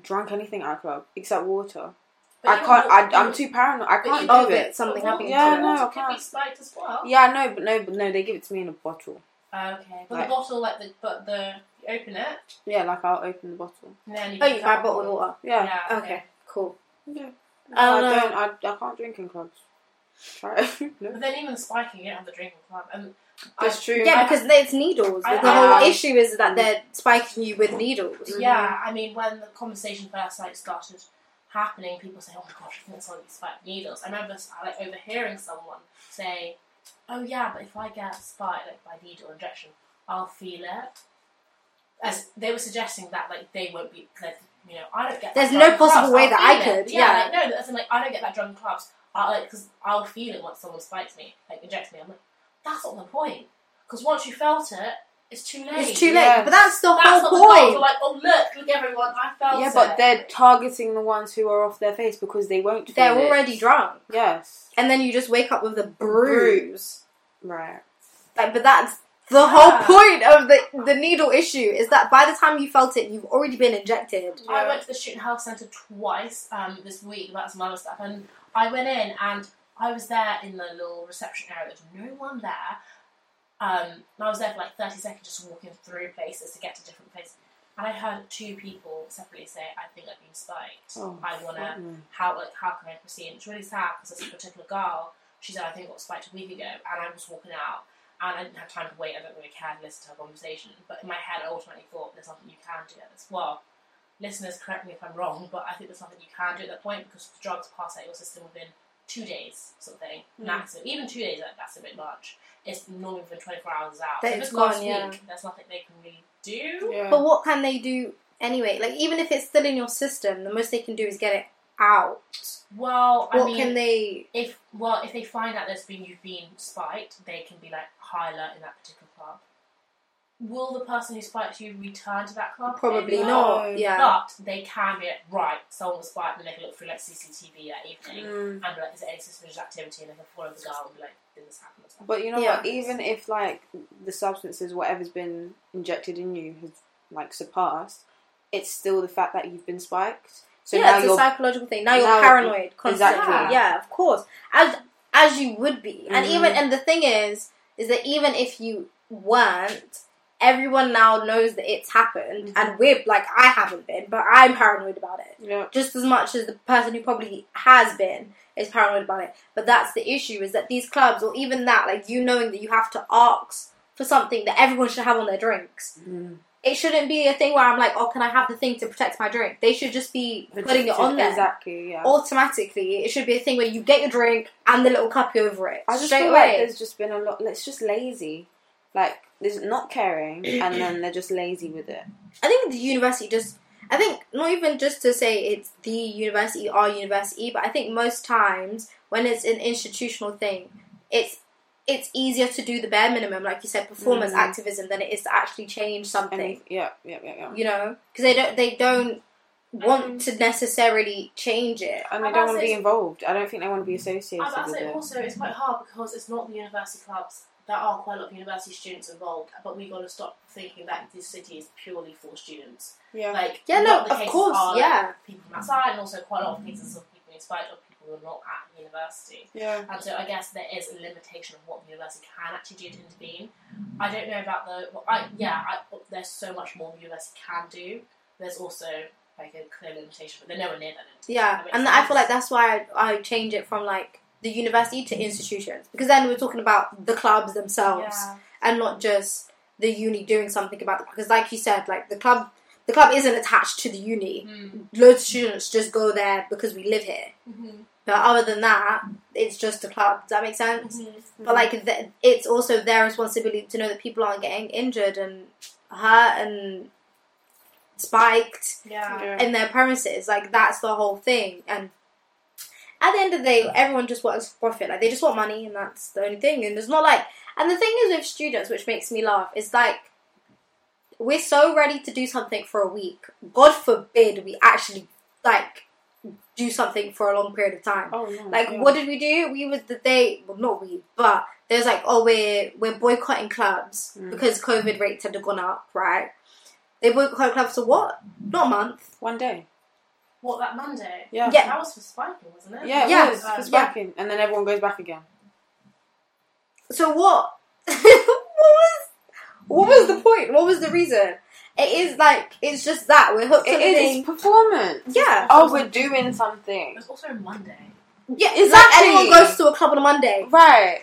Speaker 2: drunk anything at a club except water.
Speaker 3: But
Speaker 2: I
Speaker 3: you
Speaker 2: can't.
Speaker 3: walk-
Speaker 2: I, I'm
Speaker 3: you-
Speaker 2: too paranoid. I
Speaker 3: but you
Speaker 2: can't
Speaker 1: Oh,
Speaker 2: do
Speaker 1: but
Speaker 2: it.
Speaker 1: something
Speaker 3: but
Speaker 1: happening.
Speaker 3: walking
Speaker 2: Yeah,
Speaker 3: to
Speaker 2: no,
Speaker 3: water
Speaker 2: I
Speaker 3: could be
Speaker 2: can't.
Speaker 3: spiked as well.
Speaker 2: Yeah, I know, but no, but no, they give it to me in a bottle.
Speaker 3: Okay. But
Speaker 2: Right.
Speaker 3: the bottle, like the, but the, you open it
Speaker 2: Yeah, like I'll open the bottle.
Speaker 3: and then you.
Speaker 1: Oh,
Speaker 3: pick
Speaker 1: you buy
Speaker 3: up
Speaker 1: bottled
Speaker 3: all-
Speaker 1: water.
Speaker 2: Yeah,
Speaker 3: Yeah.
Speaker 1: Okay, cool.
Speaker 2: yeah.
Speaker 3: Oh,
Speaker 1: I don't
Speaker 2: I
Speaker 1: know.
Speaker 2: don't. I, I can't drink in clubs. Try it. (laughs)
Speaker 3: But
Speaker 2: no.
Speaker 3: then even spiking, you don't have the drinking club. And
Speaker 2: That's true.
Speaker 1: Yeah, because it's needles.
Speaker 3: I-
Speaker 1: the
Speaker 2: I-
Speaker 1: whole issue is that they're spiking you with needles.
Speaker 2: Mhm.
Speaker 3: Yeah, I mean, when the conversation first like started happening, people say, "Oh my gosh, I think it's all these spiked needles." I remember like overhearing someone say, "Oh yeah, but if I get spiked like by needle injection, I'll feel it." As they were suggesting that like they won't be, that, you know, I don't get.
Speaker 1: There's
Speaker 3: that
Speaker 1: no
Speaker 3: drug in clubs,
Speaker 1: possible way
Speaker 3: I'll
Speaker 1: that
Speaker 3: feel
Speaker 1: I
Speaker 3: it.
Speaker 1: could,
Speaker 3: Yeah,
Speaker 1: yeah.
Speaker 3: like no, that's in, like I don't get that drug in clubs. I like because I'll feel it once someone spikes me, like injects me. I'm like, that's not the point. Because once you felt it, it's too late.
Speaker 1: It's too late.
Speaker 2: Yes.
Speaker 1: But that's the
Speaker 3: That's
Speaker 1: whole
Speaker 3: what the dogs
Speaker 1: point.
Speaker 3: are like, oh look, look everyone, I felt
Speaker 2: Yeah, but
Speaker 3: it.
Speaker 2: they're targeting the ones who are off their face because they won't.
Speaker 1: They're
Speaker 2: feel it.
Speaker 1: already drunk,
Speaker 2: Yes.
Speaker 1: and then you just wake up with a bruise.
Speaker 2: Right.
Speaker 1: Like, but that's the
Speaker 3: Yeah.
Speaker 1: whole point of the the needle issue is that by the time you felt it, you've already been injected.
Speaker 3: I went to the shooting health centre twice um, this week about some other stuff, and I went in and I was there in the little reception area. There was no one there. Um, and I was there for like thirty seconds, just walking through places to get to different places. And I heard two people separately say, "I think I've been spiked.
Speaker 2: Oh,
Speaker 3: I wanna."
Speaker 2: fuck me.
Speaker 3: how like how can I proceed? And it's really sad because this particular girl, she said I think got spiked a week ago, and I was walking out, and I didn't have time to wait. I don't really care to listen to her conversation, but in my head, I ultimately thought there's nothing you can do at this. Well, listeners, correct me if I'm wrong, but I think there's nothing you can do at that point because the drugs pass out of your system within two days, sort of thing,
Speaker 1: Hmm.
Speaker 2: Mm.
Speaker 3: maximum. Even two days, like, that's a bit much. It's normally within 24 hours out.
Speaker 1: That
Speaker 3: so if
Speaker 1: it's
Speaker 3: it's last
Speaker 1: gone, yeah.
Speaker 3: week, there's nothing they can really do.
Speaker 2: Yeah.
Speaker 1: But what can they do anyway? Like, even if it's still in your system, the most they can do is get it out.
Speaker 3: Well, I
Speaker 1: What
Speaker 3: mean,
Speaker 1: can they?
Speaker 3: if well, if they find out there's been you've been spiked, they can be like high alert in that particular club. Will the person who spiked you return to that club?
Speaker 1: Probably
Speaker 3: Maybe
Speaker 2: No.
Speaker 1: not. Yeah.
Speaker 3: But they can be like, right, someone was spiked, and they can look through like CCTV that evening
Speaker 2: Mm.
Speaker 3: and be like, is there any suspicious activity? And they can follow the girl and be like, did this happen? Or something.
Speaker 2: But you know
Speaker 1: Yeah.
Speaker 2: what? Even if like the substances, whatever's been injected in you, has like surpassed, it's still the fact that you've been spiked. So
Speaker 1: yeah,
Speaker 2: now
Speaker 1: it's a
Speaker 2: you're
Speaker 1: psychological thing. Now you're
Speaker 2: now-
Speaker 1: paranoid constantly.
Speaker 2: exactly. Mm-hmm.
Speaker 1: Yeah, of course. As as you would be. And even and the thing is, is that even if you weren't, everyone now knows that it's happened,
Speaker 2: Mm-hmm.
Speaker 1: and we're like I haven't been, but I'm paranoid about it
Speaker 2: Yeah.
Speaker 1: just as much as the person who probably has been is paranoid about it. But that's the issue is that these clubs, or even that, like you knowing that you have to ask for something that everyone should have on their drinks.
Speaker 2: Mm.
Speaker 1: It shouldn't be a thing where I'm like, oh, can I have the thing to protect my drink? They should just be putting it on there.
Speaker 2: Exactly, yeah.
Speaker 1: Automatically, it should be a thing where you get your drink and the little cup over it
Speaker 2: I just
Speaker 1: straight
Speaker 2: feel like
Speaker 1: away.
Speaker 2: there's just been a lot. It's just lazy, like there's not caring, and then they're just lazy with
Speaker 1: (clears throat)
Speaker 2: it.
Speaker 1: I think the university just. I think not even just to say it's the university, our university, but I think most times when it's an institutional thing, it's it's easier to do the bare minimum, like you said, performance
Speaker 2: Mm.
Speaker 1: activism, than it is to actually change
Speaker 2: I mean,
Speaker 1: something.
Speaker 2: yeah, yeah, yeah, yeah.
Speaker 1: You know, because they don't they don't want
Speaker 3: Um,
Speaker 1: to necessarily change it.
Speaker 2: And I
Speaker 3: I'd
Speaker 2: don't want to
Speaker 3: also-
Speaker 2: be involved. I don't think they want to be associated
Speaker 3: I'd
Speaker 2: with
Speaker 3: say
Speaker 2: it.
Speaker 3: also it's quite hard because it's not the university clubs. There are quite a lot of university students involved, but we've got to stop thinking that this city is purely for students.
Speaker 2: Yeah,
Speaker 3: Like,
Speaker 1: Yeah,
Speaker 3: a lot
Speaker 1: no,
Speaker 3: the
Speaker 1: of
Speaker 3: cases
Speaker 1: course,
Speaker 3: are, like,
Speaker 1: yeah.
Speaker 3: people from outside, and also quite a lot of cases of people inspired of people who are not at university.
Speaker 2: yeah.
Speaker 3: And so I guess there is a limitation of what the university can actually do to intervene. I don't know about the. Well, I yeah, I, there's so much more the university can do. There's also like a clear limitation, but they're nowhere near that. limitation.
Speaker 1: Yeah,
Speaker 3: That makes
Speaker 1: and I feel like
Speaker 3: sense.
Speaker 1: that's why I, I change it from like the university to institutions because then we're talking about the clubs themselves.
Speaker 3: Yeah.
Speaker 1: and not just the uni doing something about it. Because, like you said, like the club, the club isn't attached to the uni.
Speaker 3: Hmm.
Speaker 1: Loads of students just go there because we live here. But other than that, it's just a club. Does that make sense? But like, th- it's also their responsibility to know that people aren't getting injured and hurt and spiked
Speaker 3: Yeah.
Speaker 2: yeah.
Speaker 1: in their premises. Like that's the whole thing. And at the end of the day, everyone just wants profit. Like they just want money, and that's the only thing. And it's not like. And the thing is with students, which makes me laugh, is like we're so ready to do something for a week. God forbid we actually like do something for a long period of time.
Speaker 2: Oh no.
Speaker 1: Like,
Speaker 2: yeah.
Speaker 1: what did we do? We was the day, well, not we, but there's like, oh, we're we're boycotting clubs
Speaker 2: Mm.
Speaker 1: because COVID rates had gone up, right? They boycott clubs for what? Not a month.
Speaker 2: One day.
Speaker 3: What that Monday?
Speaker 2: Yeah.
Speaker 1: Yeah.
Speaker 3: That was for spiking, wasn't it?
Speaker 2: Yeah, it
Speaker 1: Yeah.
Speaker 2: was.
Speaker 3: Um,
Speaker 2: It's
Speaker 1: yeah.
Speaker 2: back in, and then everyone goes back again.
Speaker 1: So what? (laughs) what was what was the point? What was the reason? It is like it's just that we're hooked on
Speaker 2: It
Speaker 1: the
Speaker 2: is.
Speaker 1: thing.
Speaker 2: It's performance.
Speaker 1: Yeah,
Speaker 2: Oh, we're doing
Speaker 3: It
Speaker 2: something.
Speaker 3: was also Monday.
Speaker 1: yeah,
Speaker 2: Exactly.
Speaker 1: Like everyone goes to a club on a Monday.
Speaker 2: Right.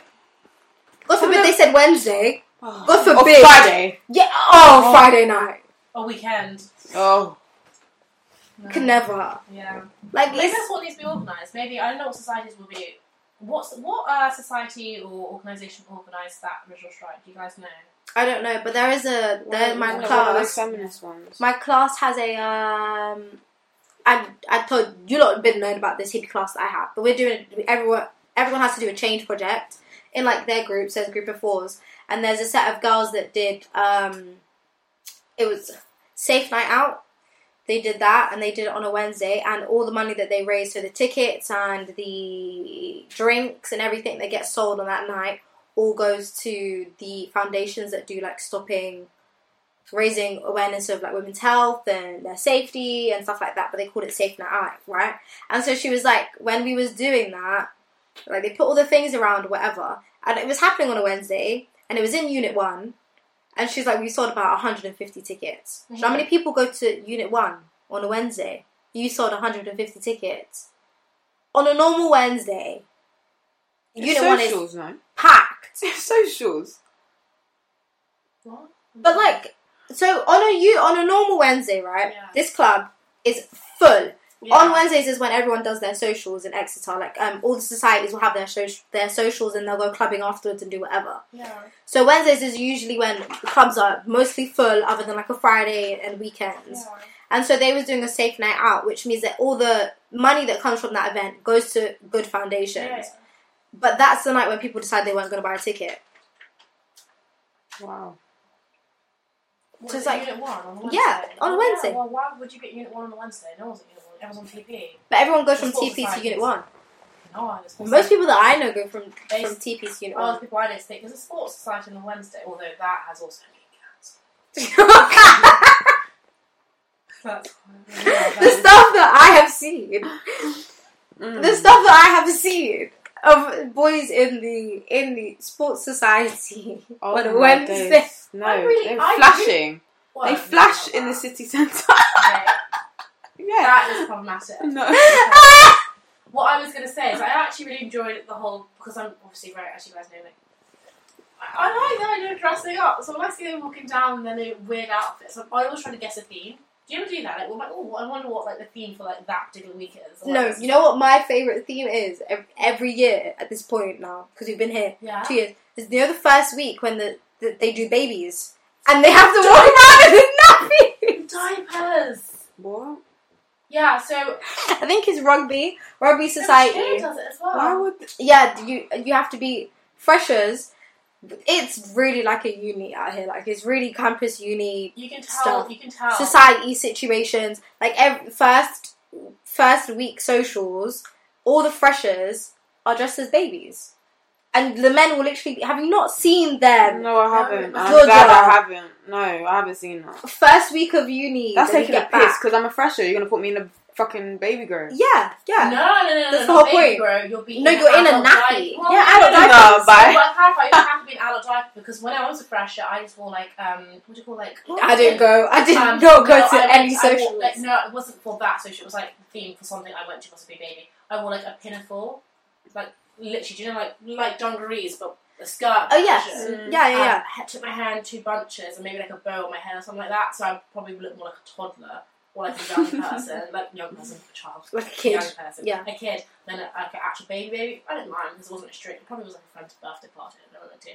Speaker 1: God forbid they said Wednesday.
Speaker 2: Oh.
Speaker 1: God
Speaker 2: Or
Speaker 1: forbid.
Speaker 2: Friday.
Speaker 1: Yeah. Oh,
Speaker 2: Oh.
Speaker 1: Friday night.
Speaker 3: A weekend.
Speaker 2: Oh.
Speaker 3: No.
Speaker 1: Could never.
Speaker 3: Yeah.
Speaker 1: Like,
Speaker 3: Oh. Maybe
Speaker 1: let's
Speaker 3: that's what needs to be organised. Maybe I don't know what societies will be. What's what uh, society or organisation organised that original strike? Do you guys know?
Speaker 1: I don't know, but there is a there.
Speaker 2: One
Speaker 1: My
Speaker 2: of the
Speaker 1: class.
Speaker 2: feminist ones.
Speaker 1: My class has a um. I I told you lot have been known about this hippie class that I have, but we're doing everyone everyone has to do a change project in like their groups. There's a group of fours, and there's a set of girls that did um. It was safe night out. They did that, and they did it on a Wednesday, and all the money that they raised for the tickets and the drinks and everything that gets sold on that night all goes to the foundations that do like stopping raising awareness of like women's health and their safety and stuff like that but they called it safe night out right and so she was like when we was doing that like they put all the things around whatever and it was happening on a wednesday and it was in unit one and she's like we sold about 150 tickets so how many people go to unit one on a wednesday you sold 150 tickets on a normal wednesday
Speaker 2: It's
Speaker 1: unit one is
Speaker 2: socials, no? (laughs)
Speaker 1: packed
Speaker 2: It's socials.
Speaker 3: What?
Speaker 1: But like, so on a you on a normal Wednesday, right?
Speaker 3: Yeah.
Speaker 1: This club is full.
Speaker 3: Yeah.
Speaker 1: On Wednesdays is when everyone does their socials in Exeter. Like, um, all the societies will have their so- their socials and they'll go clubbing afterwards and do whatever.
Speaker 3: Yeah.
Speaker 1: So Wednesdays is usually when clubs are mostly full, other than like a Friday and weekends.
Speaker 3: Yeah.
Speaker 1: And so they was doing a safe night out, which means that all the money that comes from that event goes to good foundations.
Speaker 3: Yeah.
Speaker 1: But that's the night when people decide they weren't going to buy a ticket.
Speaker 2: Wow.
Speaker 3: Was
Speaker 1: So it's
Speaker 3: it
Speaker 1: like-
Speaker 3: unit one on a Wednesday.
Speaker 1: Yeah, on a Wednesday.
Speaker 3: well, why would you get unit one on a Wednesday? No one's at unit one. Everyone's on TP.
Speaker 1: But everyone goes from
Speaker 3: Just all
Speaker 1: TP to
Speaker 3: societies.
Speaker 1: Unit One.
Speaker 3: No one. It's
Speaker 1: Most people that I know go from
Speaker 3: They-
Speaker 1: from TP to Unit
Speaker 3: Oh,
Speaker 1: One.
Speaker 3: the people I know think there's a sports society on a Wednesday, although that has also been cancelled.
Speaker 1: the (laughs) stuff
Speaker 3: That's yeah, that is-
Speaker 1: that I have seen, the
Speaker 2: Mm.
Speaker 3: Hmm.
Speaker 1: stuff that I have seen. of boys in the in the sports society (laughs)
Speaker 2: Oh
Speaker 1: on a
Speaker 2: my
Speaker 1: Wednesday.
Speaker 2: days. No,
Speaker 3: I really-
Speaker 2: they're
Speaker 3: I
Speaker 2: flashing.
Speaker 3: Well,
Speaker 2: they
Speaker 3: I don't
Speaker 2: flash
Speaker 3: know
Speaker 2: in the
Speaker 3: that.
Speaker 2: city centre. (laughs)
Speaker 3: Okay,
Speaker 2: yeah.
Speaker 3: that is problematic.
Speaker 1: (laughs)
Speaker 2: No.
Speaker 3: What I was going to say is I actually really enjoyed the whole because I'm obviously right. As you guys know me, I, I like the idea of dressing up. So when I see them walking down and then they weird outfits, I'm I always trying to guess a theme. Do you ever do that? Like, well, like, oh, I wonder what like the theme for like that particular week is. or,
Speaker 1: No,
Speaker 3: like,
Speaker 1: you know what my favorite theme is ev- every year at this point now because we've been here
Speaker 3: Yeah.
Speaker 1: two years. Is you know the first week when the, the they do babies and they have to walk
Speaker 3: (laughs)
Speaker 1: around with nappies.
Speaker 3: Diapers.
Speaker 2: What?
Speaker 3: Yeah. So
Speaker 1: I think it's rugby rugby society.
Speaker 3: Does it as
Speaker 2: Why
Speaker 3: well.
Speaker 2: would
Speaker 1: yeah, do you you have to be freshers. It's really like a uni out here. Like it's really campus uni
Speaker 3: You can tell.
Speaker 1: Stuff.
Speaker 3: You can
Speaker 2: Oh.
Speaker 3: tell.
Speaker 1: society situations. Like ev- first first week socials, all the freshers are dressed as babies, and the men will literally be, have you not seen them?
Speaker 2: No, I haven't. I'm
Speaker 1: Georgia.
Speaker 2: glad I haven't. No, I haven't seen that.
Speaker 1: First week of uni,
Speaker 2: That's
Speaker 1: when you
Speaker 2: taking a
Speaker 1: get
Speaker 2: piss
Speaker 1: back.
Speaker 2: because I'm a fresher. You're gonna put me in a fucking baby grow.
Speaker 1: Yeah,
Speaker 3: No,
Speaker 1: yeah.
Speaker 3: no, no, no.
Speaker 1: That's
Speaker 3: no,
Speaker 1: the whole
Speaker 3: baby
Speaker 1: point.
Speaker 3: Grow, you'll be
Speaker 1: No,
Speaker 3: in
Speaker 1: you're in a
Speaker 3: adult
Speaker 1: nappy.
Speaker 3: diapers.
Speaker 1: Yeah,
Speaker 2: adult
Speaker 3: no, no,
Speaker 2: diapers.
Speaker 3: no,
Speaker 2: Bye.
Speaker 3: Well, I clarify. You have to be an adult diaper because when I was a fresher, I just wore like um, what do you call like?
Speaker 1: I didn't go. I did
Speaker 3: Um,
Speaker 1: not go
Speaker 3: no,
Speaker 1: to
Speaker 3: I went-
Speaker 1: any
Speaker 3: I wore,
Speaker 1: socials.
Speaker 3: like, no, it wasn't for that social. It was like the theme for something I went to was a big baby. I wore like a pinafore, like literally, do you know, like like dungarees, but a skirt.
Speaker 1: Oh yes,
Speaker 2: Mm.
Speaker 1: yeah, yeah,
Speaker 3: Um,
Speaker 1: yeah.
Speaker 3: I took my hair in two bunches and maybe like a bow on my head or something like that, so I probably look more like a toddler or like a
Speaker 1: (laughs)
Speaker 3: young person, like young person, a child,
Speaker 1: Like a
Speaker 3: a
Speaker 1: kid.
Speaker 3: young person,
Speaker 1: Yeah.
Speaker 3: a kid, than a, like an actual baby baby. I didn't mind because it wasn't a strict. It probably was like a friend's birthday party. I don't know what to.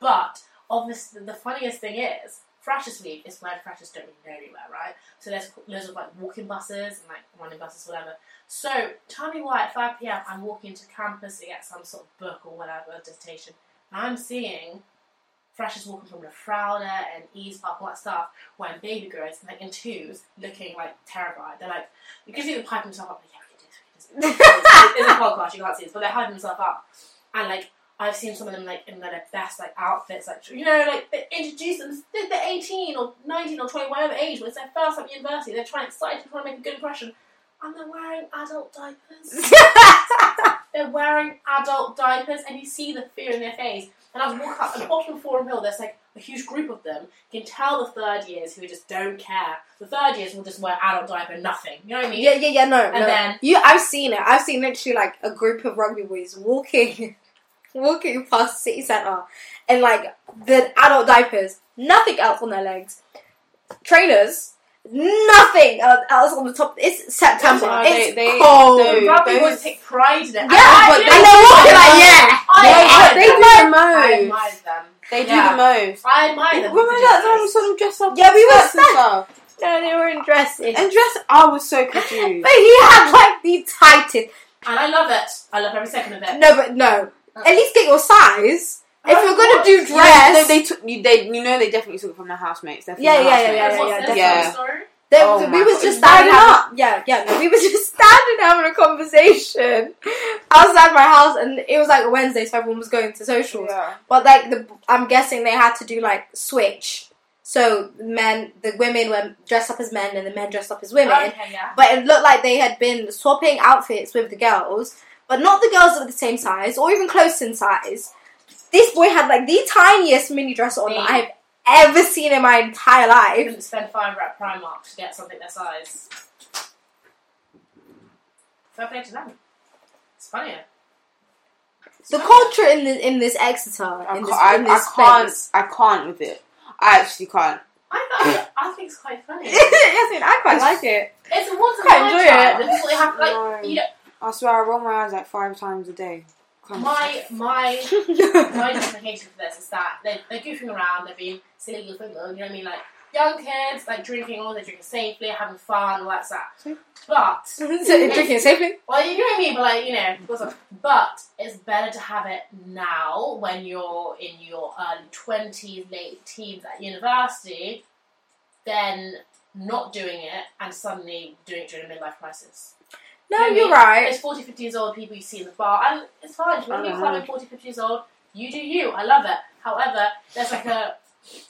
Speaker 3: But obviously, the funniest thing is. Freshers week is when freshers don't really go anywhere, right? So there's loads of like walking buses and like running buses, whatever. So tell me why at 5 pm I'm walking to campus to get some sort of book or whatever, dissertation. And I'm seeing freshers walking from the Frowler and Ease Park, all that stuff, when baby girls, like in twos, looking like terrified. They're like, you can see them piping themselves up, like, yeah, we can do this, we can do this. it's, it's a podcast, you can't see this, but they're hiding themselves up. And like, I've seen some of them like in their best like outfits, like you know, like they introduce them. They're, they're eighteen or nineteen or twenty, whatever age. When it's their first time at university, they're trying excited, trying to make a good impression, and they're wearing adult diapers.
Speaker 2: Mm. Um,
Speaker 1: (laughs)
Speaker 3: They're wearing adult diapers, and you see the fear in their face. And I was walking up the bottom of Forum Hill, there's like a huge group of them. You can tell the third years who just don't care. The third years will just wear adult diaper, nothing. You know what I mean?
Speaker 1: Yeah, yeah, yeah. No, no.
Speaker 3: then-
Speaker 1: you, I've seen it. I've seen literally like a group of rugby boys walking, (laughs) walking past city centre, and like the adult diapers, nothing else on their legs, trainers, nothing el- else on the top. It's September.
Speaker 2: No,
Speaker 1: it's
Speaker 2: they- they-
Speaker 1: cold.
Speaker 2: they-
Speaker 3: The rugby
Speaker 2: those-
Speaker 3: boys take pride in it.
Speaker 1: yeah,
Speaker 3: I,
Speaker 1: but
Speaker 3: I,
Speaker 1: and they're walking like yeah.
Speaker 3: I,
Speaker 2: They,
Speaker 1: Yeah,
Speaker 3: admire
Speaker 2: they
Speaker 1: they
Speaker 2: do the most.
Speaker 3: them. I admire them.
Speaker 2: They do
Speaker 3: Yeah.
Speaker 2: the most.
Speaker 3: I admire them.
Speaker 2: Women at that time sort of dress up.
Speaker 1: Yeah, we were
Speaker 2: and stuff.
Speaker 1: No, they were in dresses.
Speaker 2: And dress. I
Speaker 1: (laughs)
Speaker 2: was so
Speaker 1: but he
Speaker 2: confused.
Speaker 1: had like the tightest.
Speaker 3: And I love it. I love every second of it.
Speaker 1: No, but no. At least get your size. If
Speaker 3: Oh,
Speaker 1: you're gonna
Speaker 3: what?
Speaker 1: do
Speaker 2: You know,
Speaker 1: dress,
Speaker 2: they, they took you. They you know they definitely took it from their housemates. Their
Speaker 1: Yeah,
Speaker 2: female
Speaker 1: yeah, yeah, yeah,
Speaker 2: housemates.
Speaker 3: What's this
Speaker 2: yeah.
Speaker 3: love story?
Speaker 1: There,
Speaker 2: Oh
Speaker 1: we
Speaker 2: my
Speaker 1: was
Speaker 2: God.
Speaker 1: just
Speaker 2: It's
Speaker 1: standing
Speaker 2: lighting
Speaker 1: up. Yeah, yeah. no, we was (laughs) just standing having a conversation outside my house, and it was like a Wednesday, so everyone was going to socials.
Speaker 2: Yeah.
Speaker 1: But like the, I'm guessing they had to do like switch. So men, the women were dressed up as men, and the men dressed up as women.
Speaker 3: Okay, yeah.
Speaker 1: But it looked like they had been swapping outfits with the girls, but not the girls that were the same size or even close in size. This boy had like the tiniest mini dress on that I've ever seen in my entire
Speaker 3: I
Speaker 1: life.
Speaker 3: didn't spend five at Primark to get something their size. Fair play to them. It's funnier.
Speaker 1: The culture in this in this Exeter
Speaker 2: I,
Speaker 1: in
Speaker 2: ca-
Speaker 1: this,
Speaker 2: I,
Speaker 1: in this
Speaker 2: I can't.
Speaker 1: place.
Speaker 2: I can't with it. I actually can't.
Speaker 3: I thought I think it's quite
Speaker 1: (laughs) (laughs)
Speaker 3: funny.
Speaker 1: yes, I mean, I quite like it.
Speaker 3: It's a once in a
Speaker 2: Quite enjoy
Speaker 3: lifetime.
Speaker 2: it.
Speaker 3: That's what you have, like,
Speaker 2: No.
Speaker 3: you know,
Speaker 2: I swear, I roll my eyes like five times a day. Can't.
Speaker 3: my my
Speaker 1: (laughs)
Speaker 3: my justification for this is that they're, they're goofing around, they're being silly, goofing, you know what I mean? Like young kids, like drinking, all they're drinking safely, having fun, all that stuff. But
Speaker 1: so, drinking safely.
Speaker 3: Well, you know what I mean, but like you know, what's up? but it's better to have it now when you're in your early twenties, late teens at university, than not doing it and suddenly doing it during a midlife crisis.
Speaker 1: No,
Speaker 3: You know what I
Speaker 1: you're
Speaker 3: mean?
Speaker 1: right.
Speaker 3: It's 40, 50 years old people you see in the bar, and it's fine. When you're
Speaker 2: Mhm.
Speaker 3: climbing 40, 50 years old, you do you. I love it. However, there's like a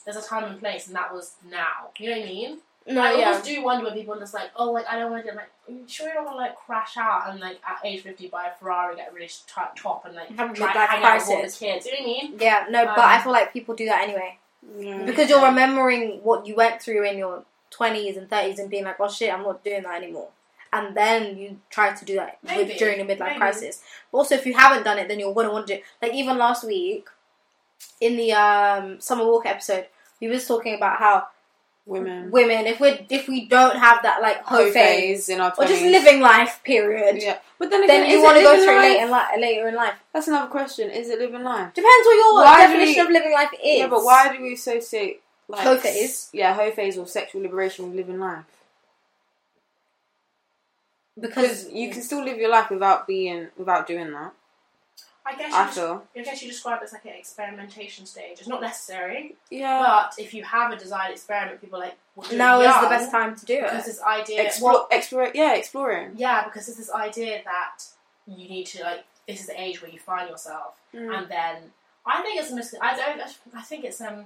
Speaker 3: there's a time and place, and that was now. You know what I mean?
Speaker 1: No,
Speaker 3: I
Speaker 1: yeah.
Speaker 3: always do wonder when people are just like, oh, like I don't want to, like, are you sure you don't want to like crash out and like at age fifty buy a Ferrari, get a really sh- top top, and like
Speaker 1: Have a
Speaker 3: try
Speaker 1: midlife
Speaker 3: hang out with all the
Speaker 1: crisis.
Speaker 3: kids. You know what I mean?
Speaker 1: Yeah, no, but
Speaker 3: Um,
Speaker 1: I feel like people do that anyway.
Speaker 2: Mm, Yeah.
Speaker 1: Because you're remembering what you went through in your 20s and 30s and being like, oh shit, I'm not doing that anymore. And then you try to do that with-
Speaker 3: Maybe,
Speaker 1: during the midlife
Speaker 3: maybe.
Speaker 1: crisis. But also, if you haven't done it, then you're going to want to do it. Like, even last week, in the um, Summer Walk episode, we was talking about how
Speaker 2: women
Speaker 1: women, if we if we don't have that like hope
Speaker 2: hoe
Speaker 1: phase,
Speaker 2: phase in our
Speaker 1: or
Speaker 2: twenties,
Speaker 1: just living life, period,
Speaker 2: Yeah, but then again,
Speaker 1: then you
Speaker 2: want to
Speaker 1: go through it
Speaker 2: life?
Speaker 1: later in li- later in life.
Speaker 2: That's another question. Is it living life?
Speaker 1: Depends what your
Speaker 2: Why do
Speaker 1: definition
Speaker 2: we-
Speaker 1: of living life is.
Speaker 2: Yeah, but why do we associate like
Speaker 1: Hoe phase?
Speaker 2: Yeah, hoe phase or sexual liberation with living life? Because you can still live your life without being without doing that.
Speaker 3: I guess
Speaker 2: I
Speaker 3: you, just,
Speaker 2: feel.
Speaker 3: I guess you describe it as like an experimentation stage. It's not necessary,
Speaker 2: Yeah.
Speaker 3: but if you have a desired experiment, people are like well, do it
Speaker 1: now is
Speaker 3: young,
Speaker 1: the best time to do
Speaker 3: because
Speaker 1: it.
Speaker 3: this idea.
Speaker 2: Explore, explore, yeah, exploring.
Speaker 3: Yeah, because there's this idea that you need to like this is the age where you find yourself,
Speaker 2: Mm.
Speaker 3: and then I think it's a mis- I don't I think it's um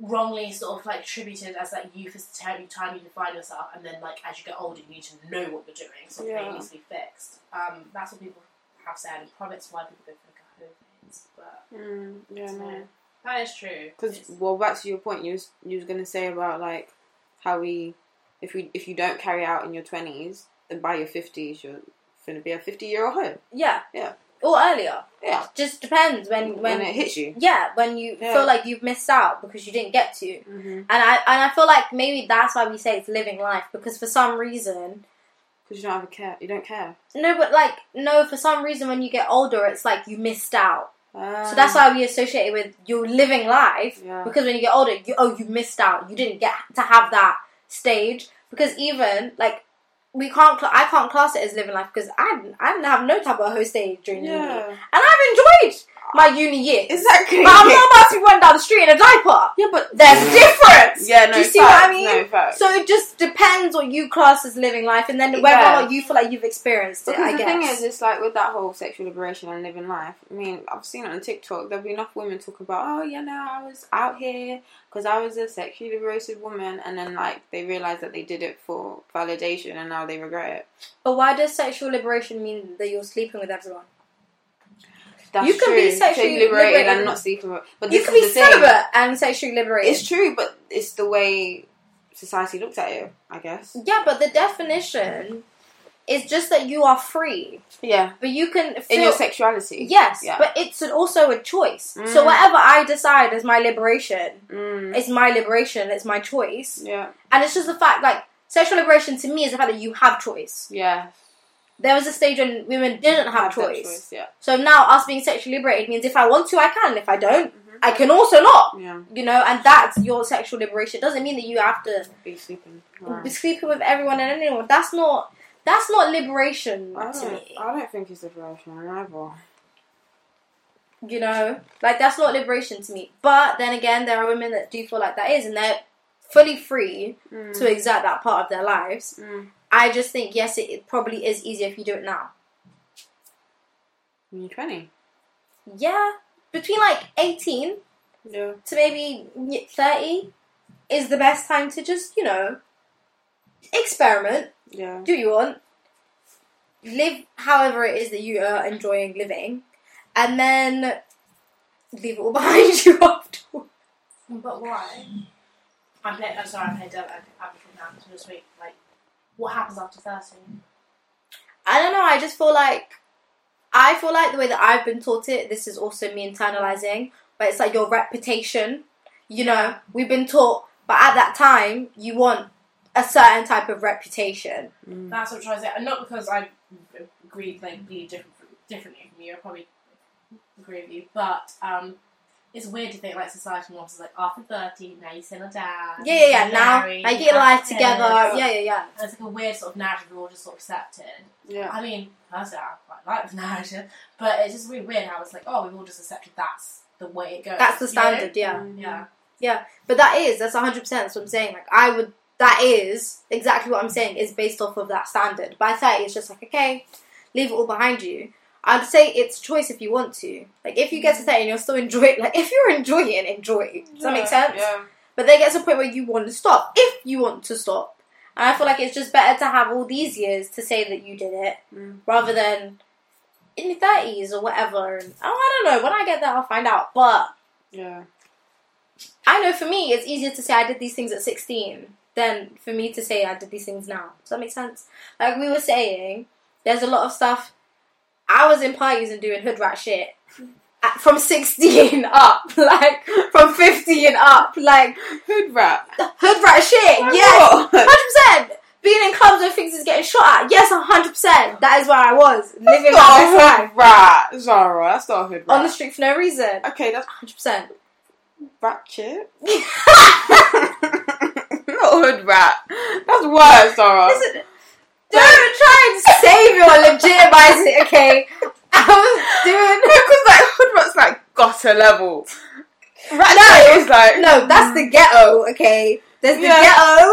Speaker 3: wrongly sort of like attributed as like youth is the time time you define yourself, and then like as you get older you need to know what you're doing, so yeah.
Speaker 2: Yeah.
Speaker 3: needs to be fixed. Um, that's what people have said, and probably it's why people go for like a things, but
Speaker 2: Mm, yeah, no.
Speaker 3: that is true.
Speaker 2: Because
Speaker 3: It's-
Speaker 2: well, back to your point. You was you was gonna say about like how we, if we if you don't carry out in your twenties, then by your fifties you're gonna be a fifty year old hoe.
Speaker 1: Yeah.
Speaker 2: Yeah.
Speaker 1: Or earlier.
Speaker 2: Yeah.
Speaker 1: Just depends when
Speaker 2: When,
Speaker 1: when,
Speaker 2: it hits you.
Speaker 1: yeah when you
Speaker 2: Yeah.
Speaker 1: feel like you've missed out because you didn't get to.
Speaker 2: Because
Speaker 1: And I and I feel like maybe that's why we say it's living life because for some reason
Speaker 2: you don't have a care. You don't care.
Speaker 1: no, but like no, for some reason when you get older, it's like you missed out. so
Speaker 2: Um,
Speaker 1: that's why we associate it with you're living life
Speaker 2: Yeah.
Speaker 1: because when you get older, you oh you missed out. You didn't get to have that stage because even like we can't. Cl- I can't class it as living life because I I didn't have no type of host stage during uni.
Speaker 2: Yeah.
Speaker 1: And I've enjoyed my uni years.
Speaker 2: Exactly.
Speaker 1: But I'm not about to be running down the street in a diaper.
Speaker 2: yeah, but
Speaker 1: There's a difference.
Speaker 2: (laughs) Yeah, no.
Speaker 1: Do you see
Speaker 2: facts,
Speaker 1: what I mean?
Speaker 2: No, facts.
Speaker 1: So it just depends what you class as living life, and then whether
Speaker 2: Yeah.
Speaker 1: or not you feel like you've experienced it.
Speaker 2: Because
Speaker 1: I
Speaker 2: the
Speaker 1: guess.
Speaker 2: thing is, it's like with that whole sexual liberation and living life. I mean, I've seen it on TikTok. There'll be enough women talking about, oh yeah, no, I was out here because I was a sexually liberated woman, and then like they realize that they did it for validation, and now they regret
Speaker 1: but why does sexual liberation mean that you're sleeping with everyone?
Speaker 2: it. That's
Speaker 1: You can
Speaker 2: true.
Speaker 1: be sexually liberated.
Speaker 2: and not sleeping. With, but
Speaker 1: You
Speaker 2: this
Speaker 1: can
Speaker 2: is
Speaker 1: be
Speaker 2: the thing.
Speaker 1: celibate and sexually liberated.
Speaker 2: It's true, but it's the way society looks at it. I guess.
Speaker 1: yeah, but the definition is just that you are free,
Speaker 2: Yeah.
Speaker 1: but you can feel,
Speaker 2: In your sexuality.
Speaker 1: Yes,
Speaker 2: Yeah.
Speaker 1: but it's an- also a choice. So
Speaker 2: Mm.
Speaker 1: whatever I decide is my liberation.
Speaker 2: Mm.
Speaker 1: It's my liberation. It's my choice.
Speaker 2: Yeah.
Speaker 1: And it's just the fact, like, sexual liberation to me is the fact that you have choice.
Speaker 2: Yeah.
Speaker 1: There was a stage when women didn't have,
Speaker 2: that
Speaker 1: choice.
Speaker 2: Yeah.
Speaker 1: So now us being sexually liberated means if I want to, I can. If I don't,
Speaker 2: Mhm.
Speaker 1: I can also not.
Speaker 2: Yeah.
Speaker 1: You know, and that's your sexual liberation. It doesn't mean that you have to
Speaker 2: Be sleeping. Wow.
Speaker 1: be sleeping with everyone and anyone. That's not. That's not liberation
Speaker 2: I
Speaker 1: to
Speaker 2: don't,
Speaker 1: me.
Speaker 2: I don't think it's liberation either.
Speaker 1: You know, like that's not liberation to me. But then again, there are women that do feel like that is, and they're fully free
Speaker 2: Mm.
Speaker 1: to exert that part of their lives.
Speaker 2: Mm.
Speaker 1: I just think yes, it, it probably is easier if you do it now.
Speaker 2: When you're 20.
Speaker 1: Yeah, between like eighteen
Speaker 2: Yeah.
Speaker 1: to maybe y- 30 is the best time to just, you know, experiment,
Speaker 2: Yeah.
Speaker 1: do what you want, live however it is that you are enjoying living, and then leave it all (laughs) behind you afterwards.
Speaker 3: But why? I'm, play- I'm sorry, I played devil advocate now this week. Like, what happens after thirty?
Speaker 1: I don't know, I just feel like, I feel like the way that I've been taught it, this is also me internalizing, but it's like your reputation, you know, we've been taught, but at that time, you want a certain type of reputation.
Speaker 2: Mm.
Speaker 3: That's what I'm trying to say, and not because I agreed like be different differently from you. I probably agree with you, but um, it's weird to think like society norms is like after thirty, now you settle down.
Speaker 1: Yeah, yeah, yeah.
Speaker 3: you're
Speaker 1: Now,
Speaker 3: married,
Speaker 1: like,
Speaker 3: you
Speaker 1: get your
Speaker 3: have
Speaker 1: life
Speaker 3: kids.
Speaker 1: together. Yeah, yeah, yeah.
Speaker 3: And it's like a weird sort of narrative we're all just sort of accepted.
Speaker 2: Yeah.
Speaker 3: I mean, personally, I quite like the narrative, but it's just really weird how it's like, oh, we've all just accepted that's the way it goes.
Speaker 1: That's the
Speaker 3: you know?
Speaker 1: standard, yeah.
Speaker 2: Mm.
Speaker 3: Yeah.
Speaker 1: But that is, that's 100% that's what I'm saying. Like, I would, that is exactly what I'm saying, is based off of that standard. By 30, it's just like, okay, leave it all behind you. I'd say it's choice if you (laughs) want to. Like, if you get to 30 and you're still enjoying, like, if you're enjoying it, enjoy. Does that make sense?
Speaker 2: Yeah.
Speaker 1: But there gets a point where you want to stop, if you want to stop. And I feel like it's just better to have all these years to say that you did it
Speaker 2: Mm.
Speaker 1: rather than in your 30s or whatever. And, oh, I don't know. When I get there, I'll find out. But
Speaker 2: Yeah.
Speaker 1: I know for me, it's easier to say I did these things at 16 than for me to say I did these things now. Does that make sense? Like we were saying, there's a lot of stuff. I was in parties and doing hood rat shit at- from 16 (laughs) up, like from 50 and up, like
Speaker 2: Hood rap.
Speaker 1: hood rat shit.
Speaker 2: Like
Speaker 1: yes,
Speaker 2: (laughs) what?
Speaker 1: hundred percent. Being in clubs and things is getting shot at. Yes, hundred percent. That is where I was living
Speaker 2: not
Speaker 1: my
Speaker 2: a
Speaker 1: best life
Speaker 2: hood rat, Zara. That's not a hood rat.
Speaker 1: on the street for no reason.
Speaker 2: okay, that's
Speaker 1: Hundred percent. (laughs)
Speaker 2: (laughs) ratchet. not hood rat. That's worse, Zara.
Speaker 1: Listen, don't try and save your legitimize it, okay? Um, I was doing.
Speaker 2: because like hood rat's like got a level.
Speaker 1: No.
Speaker 2: Ratchet is like (laughs)
Speaker 1: No, that's the ghetto, okay? There's the
Speaker 2: Yeah.
Speaker 1: ghetto.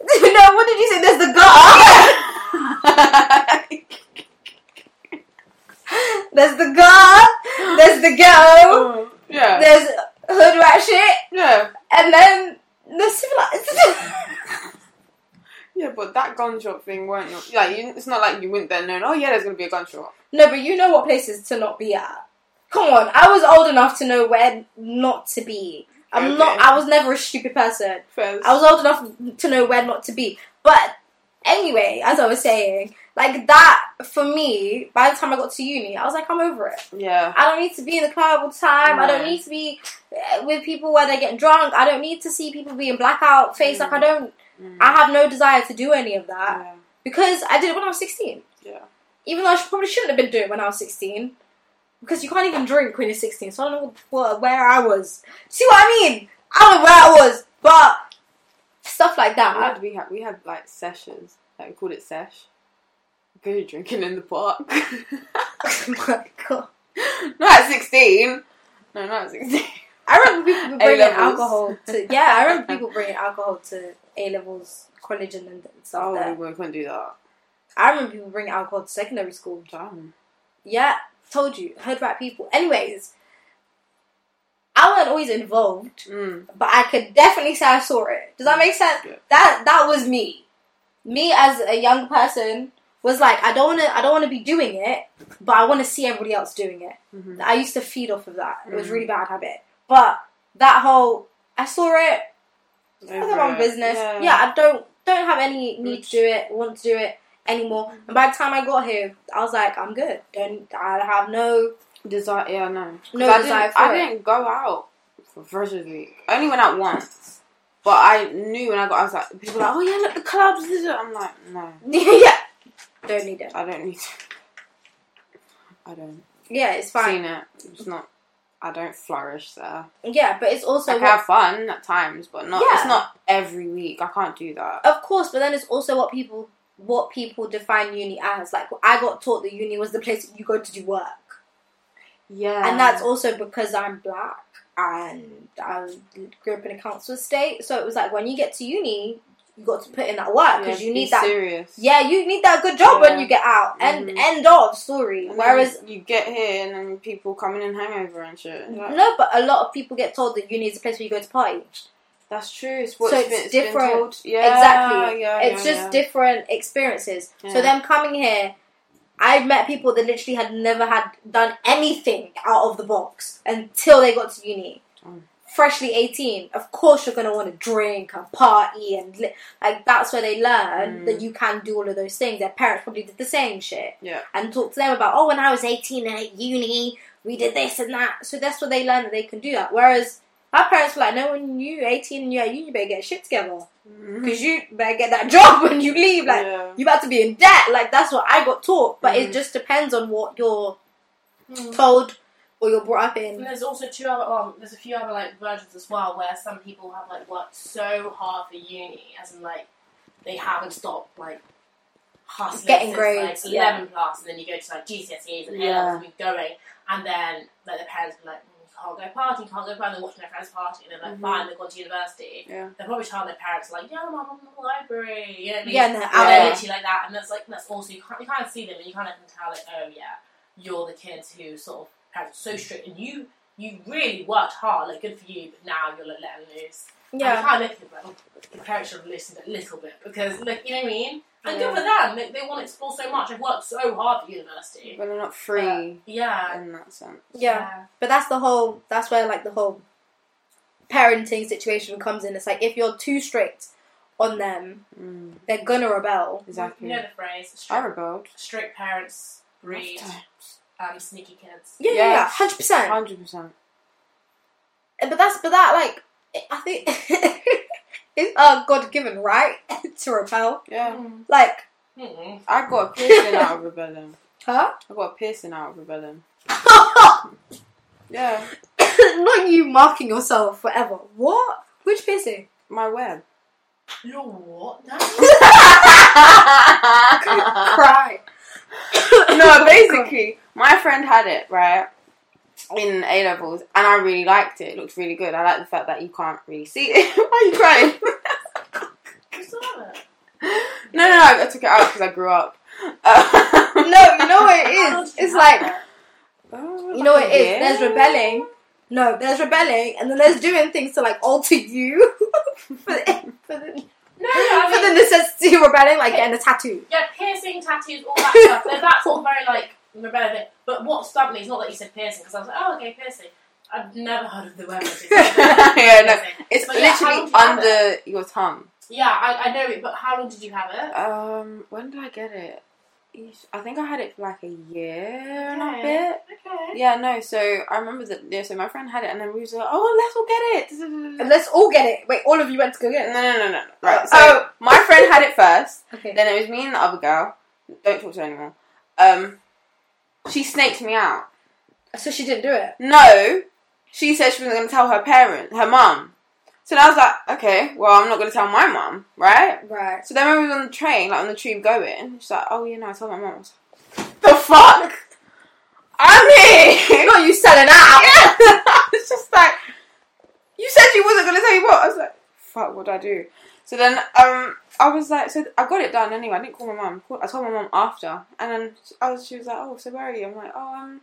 Speaker 1: (laughs) no, what did you say? There's the gutter. There's the gutter. There's the
Speaker 2: Oh.
Speaker 1: ghetto.
Speaker 2: yeah,
Speaker 1: There's hood rat shit.
Speaker 2: yeah,
Speaker 1: And then the civilized. (laughs)
Speaker 2: yeah. But that gunshot thing weren't your, like you, it's not like you wouldn't then known. Oh yeah, there's gonna be a gunshot.
Speaker 1: no, but you know what places to not be at. Come on, I was old enough to know where not to be. I'm not.
Speaker 2: Okay.
Speaker 1: I was never a stupid person.
Speaker 2: Fez.
Speaker 1: I was old enough to know where not to be. But anyway, as I was saying, like that for me, by the time I got to uni, I was like, I'm over it.
Speaker 2: yeah,
Speaker 1: I don't need to be in the club all the time. I don't
Speaker 2: No.
Speaker 1: need to be uh, with people where they're getting drunk. I don't need to see people being blackout face. Like I don't. I have no desire to do any of that
Speaker 2: yeah.
Speaker 1: because I did it when I was 16.
Speaker 2: Yeah.
Speaker 1: Even though I should- probably shouldn't have been doing it when I was 16. Because you can't even drink when you're 16, so I don't know what, where I was. See what I mean? I don't know where I was, but stuff like
Speaker 2: We
Speaker 1: that.
Speaker 2: had, we had we had like sessions. Like we called it sesh. Go drinking in the park.
Speaker 1: (laughs)
Speaker 2: (laughs)
Speaker 1: oh my god.
Speaker 2: not at sixteen. No, not at sixteen.
Speaker 1: I remember
Speaker 2: (laughs)
Speaker 1: people bringing
Speaker 2: A-levels.
Speaker 1: alcohol to. Yeah, I remember people bringing alcohol to A levels, college, and and stuff.
Speaker 2: Oh,
Speaker 1: there.
Speaker 2: we, we couldn't do that.
Speaker 1: I remember people bringing alcohol to secondary school.
Speaker 2: Damn.
Speaker 1: Yeah, told you, heard right people. Anyways, I wasn't always involved.
Speaker 2: Mm.
Speaker 1: but I could definitely say I saw it. Does that make sense?
Speaker 2: Yeah.
Speaker 1: That that was me. Me as a young person was like, I don't wanna I don't wanna be doing it, but I wanna see everybody else doing it.
Speaker 2: Mhm.
Speaker 1: I used to feed off of that. It was
Speaker 2: Mhm.
Speaker 1: really bad habit. But that whole I saw it, I got my
Speaker 2: Over
Speaker 1: own
Speaker 2: it.
Speaker 1: business. Yeah. I don't don't have any need to do it, want to do it anymore.
Speaker 2: Mm-hmm.
Speaker 1: And by the time I got here, I was like, I'm good. Don't I have no (laughs)
Speaker 2: Desire, yeah, no. 'Cause
Speaker 1: No
Speaker 2: I
Speaker 1: desire
Speaker 2: didn't,
Speaker 1: for
Speaker 2: I
Speaker 1: it.
Speaker 2: didn't go out for Virgin League. I only went out once. But I knew when I got outside, people were like, oh yeah, look, the clubs. this is it." I'm like, no,
Speaker 1: Yeah. Don't need it.
Speaker 2: I don't need to. I don't.
Speaker 1: Yeah, it's fine.
Speaker 2: Seen it. It's not. I don't flourish there.
Speaker 1: Yeah, but it's also
Speaker 2: I
Speaker 1: what-
Speaker 2: can have fun at times, but not. It's
Speaker 1: Yeah.
Speaker 2: not every week. I can't do that.
Speaker 1: Of course, but then it's also what people what people define uni as. Like I got taught that uni was the place that you go to do work,
Speaker 2: Yeah,
Speaker 1: and that's also because I'm black and I grew up in a council estate. So it was like when you get to uni, you got to put in that work because you
Speaker 2: be
Speaker 1: need that.
Speaker 2: serious.
Speaker 1: Yeah, you need that good job when
Speaker 2: Yeah. Mm-hmm.
Speaker 1: you get out. And
Speaker 2: Mhm.
Speaker 1: end of story.
Speaker 2: And then
Speaker 1: Whereas Mm-hmm.
Speaker 2: you get here and then people coming in hangover and shit. Like,
Speaker 1: no, but a lot of people get told that uni is a place where you go to party.
Speaker 2: That's true. It's
Speaker 1: So
Speaker 2: what's
Speaker 1: it's
Speaker 2: been, it's
Speaker 1: different.
Speaker 2: Been told. Yeah,
Speaker 1: exactly.
Speaker 2: Yeah,
Speaker 1: it's
Speaker 2: yeah,
Speaker 1: just
Speaker 2: yeah.
Speaker 1: different experiences.
Speaker 2: Yeah.
Speaker 1: So them coming here, I've met people that literally had never had done anything out of the box until they got to uni.
Speaker 2: Mm.
Speaker 1: Freshly eighteen, of course you're gonna want to drink and party and li- like that's where they learn
Speaker 2: Mm.
Speaker 1: that you can do all of those things. Their parents probably did the same shit.
Speaker 2: Yeah.
Speaker 1: and talk to them about oh when I was eighteen and at uni we did this and that. So that's where they learn that they can do that. Whereas our parents were like, no, when you're 18 and you're at uni, you better get shit together.
Speaker 2: Mhm.
Speaker 1: Because you better get that (laughs) job when you leave. Like,
Speaker 2: yeah.
Speaker 1: you about to be in debt. Like, that's what I got taught. But it
Speaker 2: Mhm.
Speaker 1: just depends on what you're
Speaker 3: Mm.
Speaker 1: told or you're brought up
Speaker 3: And
Speaker 1: in.
Speaker 3: there's also two other, um, there's a few other like versions as well where some people have like worked so hard for uni, as in like they haven't stopped like hustling
Speaker 1: Getting
Speaker 3: since,
Speaker 1: grades,
Speaker 3: like,
Speaker 1: yeah.
Speaker 3: eleven plus, and then you go to like GCSEs E and
Speaker 2: Yeah.
Speaker 3: yeah. and been going, and then like the parents be like, mm, can't go party, can't go party. They're watching their friends party, and
Speaker 1: Mm-hmm.
Speaker 3: they're like,
Speaker 2: Mhm.
Speaker 3: fine, they've gone to university.
Speaker 2: Yeah.
Speaker 3: They're probably telling their parents like, yeah, mum, I'm in the library. You know what I mean?
Speaker 1: Yeah, and they're
Speaker 3: And
Speaker 1: out.
Speaker 3: they're
Speaker 2: Yeah.
Speaker 3: literally like that, and that's like that's also you can't you kind of see them, and you kind of can tell like, oh yeah, you're the kids who sort of parents are so strict, and you you really worked hard, like good for you, but now you're like letting loose. And
Speaker 1: Yeah.
Speaker 3: how look at them. The parents should have listened a little bit because, like, you know what I mean. And good for them. They, they want to explore so much. I've worked so hard for university.
Speaker 2: But they're
Speaker 1: uh,
Speaker 2: not free
Speaker 3: Yeah.
Speaker 2: in that sense.
Speaker 1: Yeah. But that's the whole. That's where like the whole parenting situation comes in. It's like if you're too strict on them,
Speaker 2: Mm,
Speaker 1: they're gonna rebel.
Speaker 2: exactly. Oh.
Speaker 3: You know the phrase:
Speaker 2: I
Speaker 3: strict,
Speaker 2: rebelled.
Speaker 3: strict parents breed um, sneaky kids.
Speaker 1: Yeah, yeah, yeah,
Speaker 2: Yes. Um,
Speaker 1: hundred percent.
Speaker 2: Hundred percent.
Speaker 1: But that's but that like I think (laughs) it's our God given right (laughs) to repel.
Speaker 2: Yeah,
Speaker 1: Like,
Speaker 3: Mm-mm.
Speaker 2: I got a piercing out of rebellion.
Speaker 1: (laughs) huh?
Speaker 2: I got a piercing out of rebellion. Yeah,
Speaker 1: (laughs) Not you marking yourself forever. What? Which piercing?
Speaker 2: my web. (laughs)
Speaker 3: You're what? No.
Speaker 1: Cry.
Speaker 2: no, basically, my friend had it right in A levels, and I really liked it. It looked really good. I like the fact that you can't really see it. (laughs) Why are you crying?
Speaker 3: What's that?
Speaker 2: no, no, no, I took it out because I grew up.
Speaker 1: (laughs) no,
Speaker 2: Uh,
Speaker 1: you know
Speaker 2: (laughs)
Speaker 1: what it
Speaker 3: How
Speaker 1: is.
Speaker 3: did you
Speaker 1: It's
Speaker 3: have
Speaker 1: like
Speaker 3: that?
Speaker 1: you know what it is. There's
Speaker 2: Oh, Yeah.
Speaker 1: rebelling. No, there's rebelling, and then there's doing things to like alter you (laughs) for, the, for, the,
Speaker 3: No, I
Speaker 1: for
Speaker 3: mean,
Speaker 1: the necessity of rebelling, like getting a
Speaker 3: (laughs)
Speaker 1: tattoo.
Speaker 3: yeah, piercing, tattoos, all that stuff. Then that's all very like rebellious. But what stumped me is not that you said piercing because I was like, oh, okay, piercing. I've never heard of the
Speaker 1: (laughs)
Speaker 3: word. piercing.
Speaker 2: Yeah, no. It's
Speaker 3: But yeah, how
Speaker 2: literally
Speaker 3: long do you have
Speaker 2: under your tongue.
Speaker 3: Yeah, I, I know it, but how long did you have it?
Speaker 2: Um, when did I get it? Eesh, I think I had it for like a year and a
Speaker 3: Okay.
Speaker 2: bit.
Speaker 3: Okay.
Speaker 2: Yeah, no. So I remember that. Yeah, so my friend had it, and then we was like, "Oh, let's all get
Speaker 1: And
Speaker 2: it."
Speaker 1: let's all get it. Wait, all of you went to go get
Speaker 2: No,
Speaker 1: it.
Speaker 2: no, no, no. Right. So
Speaker 1: Oh. (laughs)
Speaker 2: my friend had it first.
Speaker 1: Okay.
Speaker 2: Then it was me and the other girl. Don't talk to her anymore. Um, she snaked me out.
Speaker 1: So she didn't do it.
Speaker 2: No, she said she was going to tell her parent, her mum. So then I was like, okay, well, I'm not going to tell my mum, right?
Speaker 1: (laughs) Right.
Speaker 2: So then when we was on the train, like on the tube going, she's like, oh, you know, I told my mum. I was like, the fuck? I'm (laughs) here!
Speaker 1: Not you selling out.
Speaker 2: yeah! (laughs) it's just like, you said you wasn't going to tell you what? I was like, fuck, what do I do? So then, um, I was like, so I got it done anyway. I didn't call my mum. I told my mum after, and then I was, she was like, oh, so where are you? I'm like, oh, um,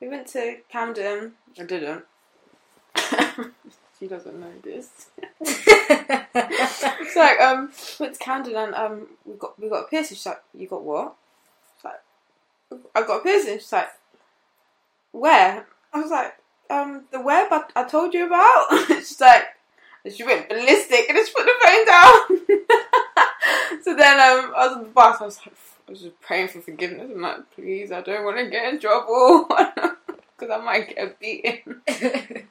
Speaker 2: we went to Camden. I didn't. (laughs) she doesn't know this. It's like, um, went to Camden and um, we got we got a piercing. She's like, you got what? It's like, I got a piercing. She's like, where? I was like, um, the web I, I told you about. (laughs) She's like, and she went ballistic and just put the phone down. (laughs) so then um, I was on the bus. I was like, I was just praying for forgiveness. I'm like, please, I don't want to get in trouble (laughs) because I might get beaten. (laughs)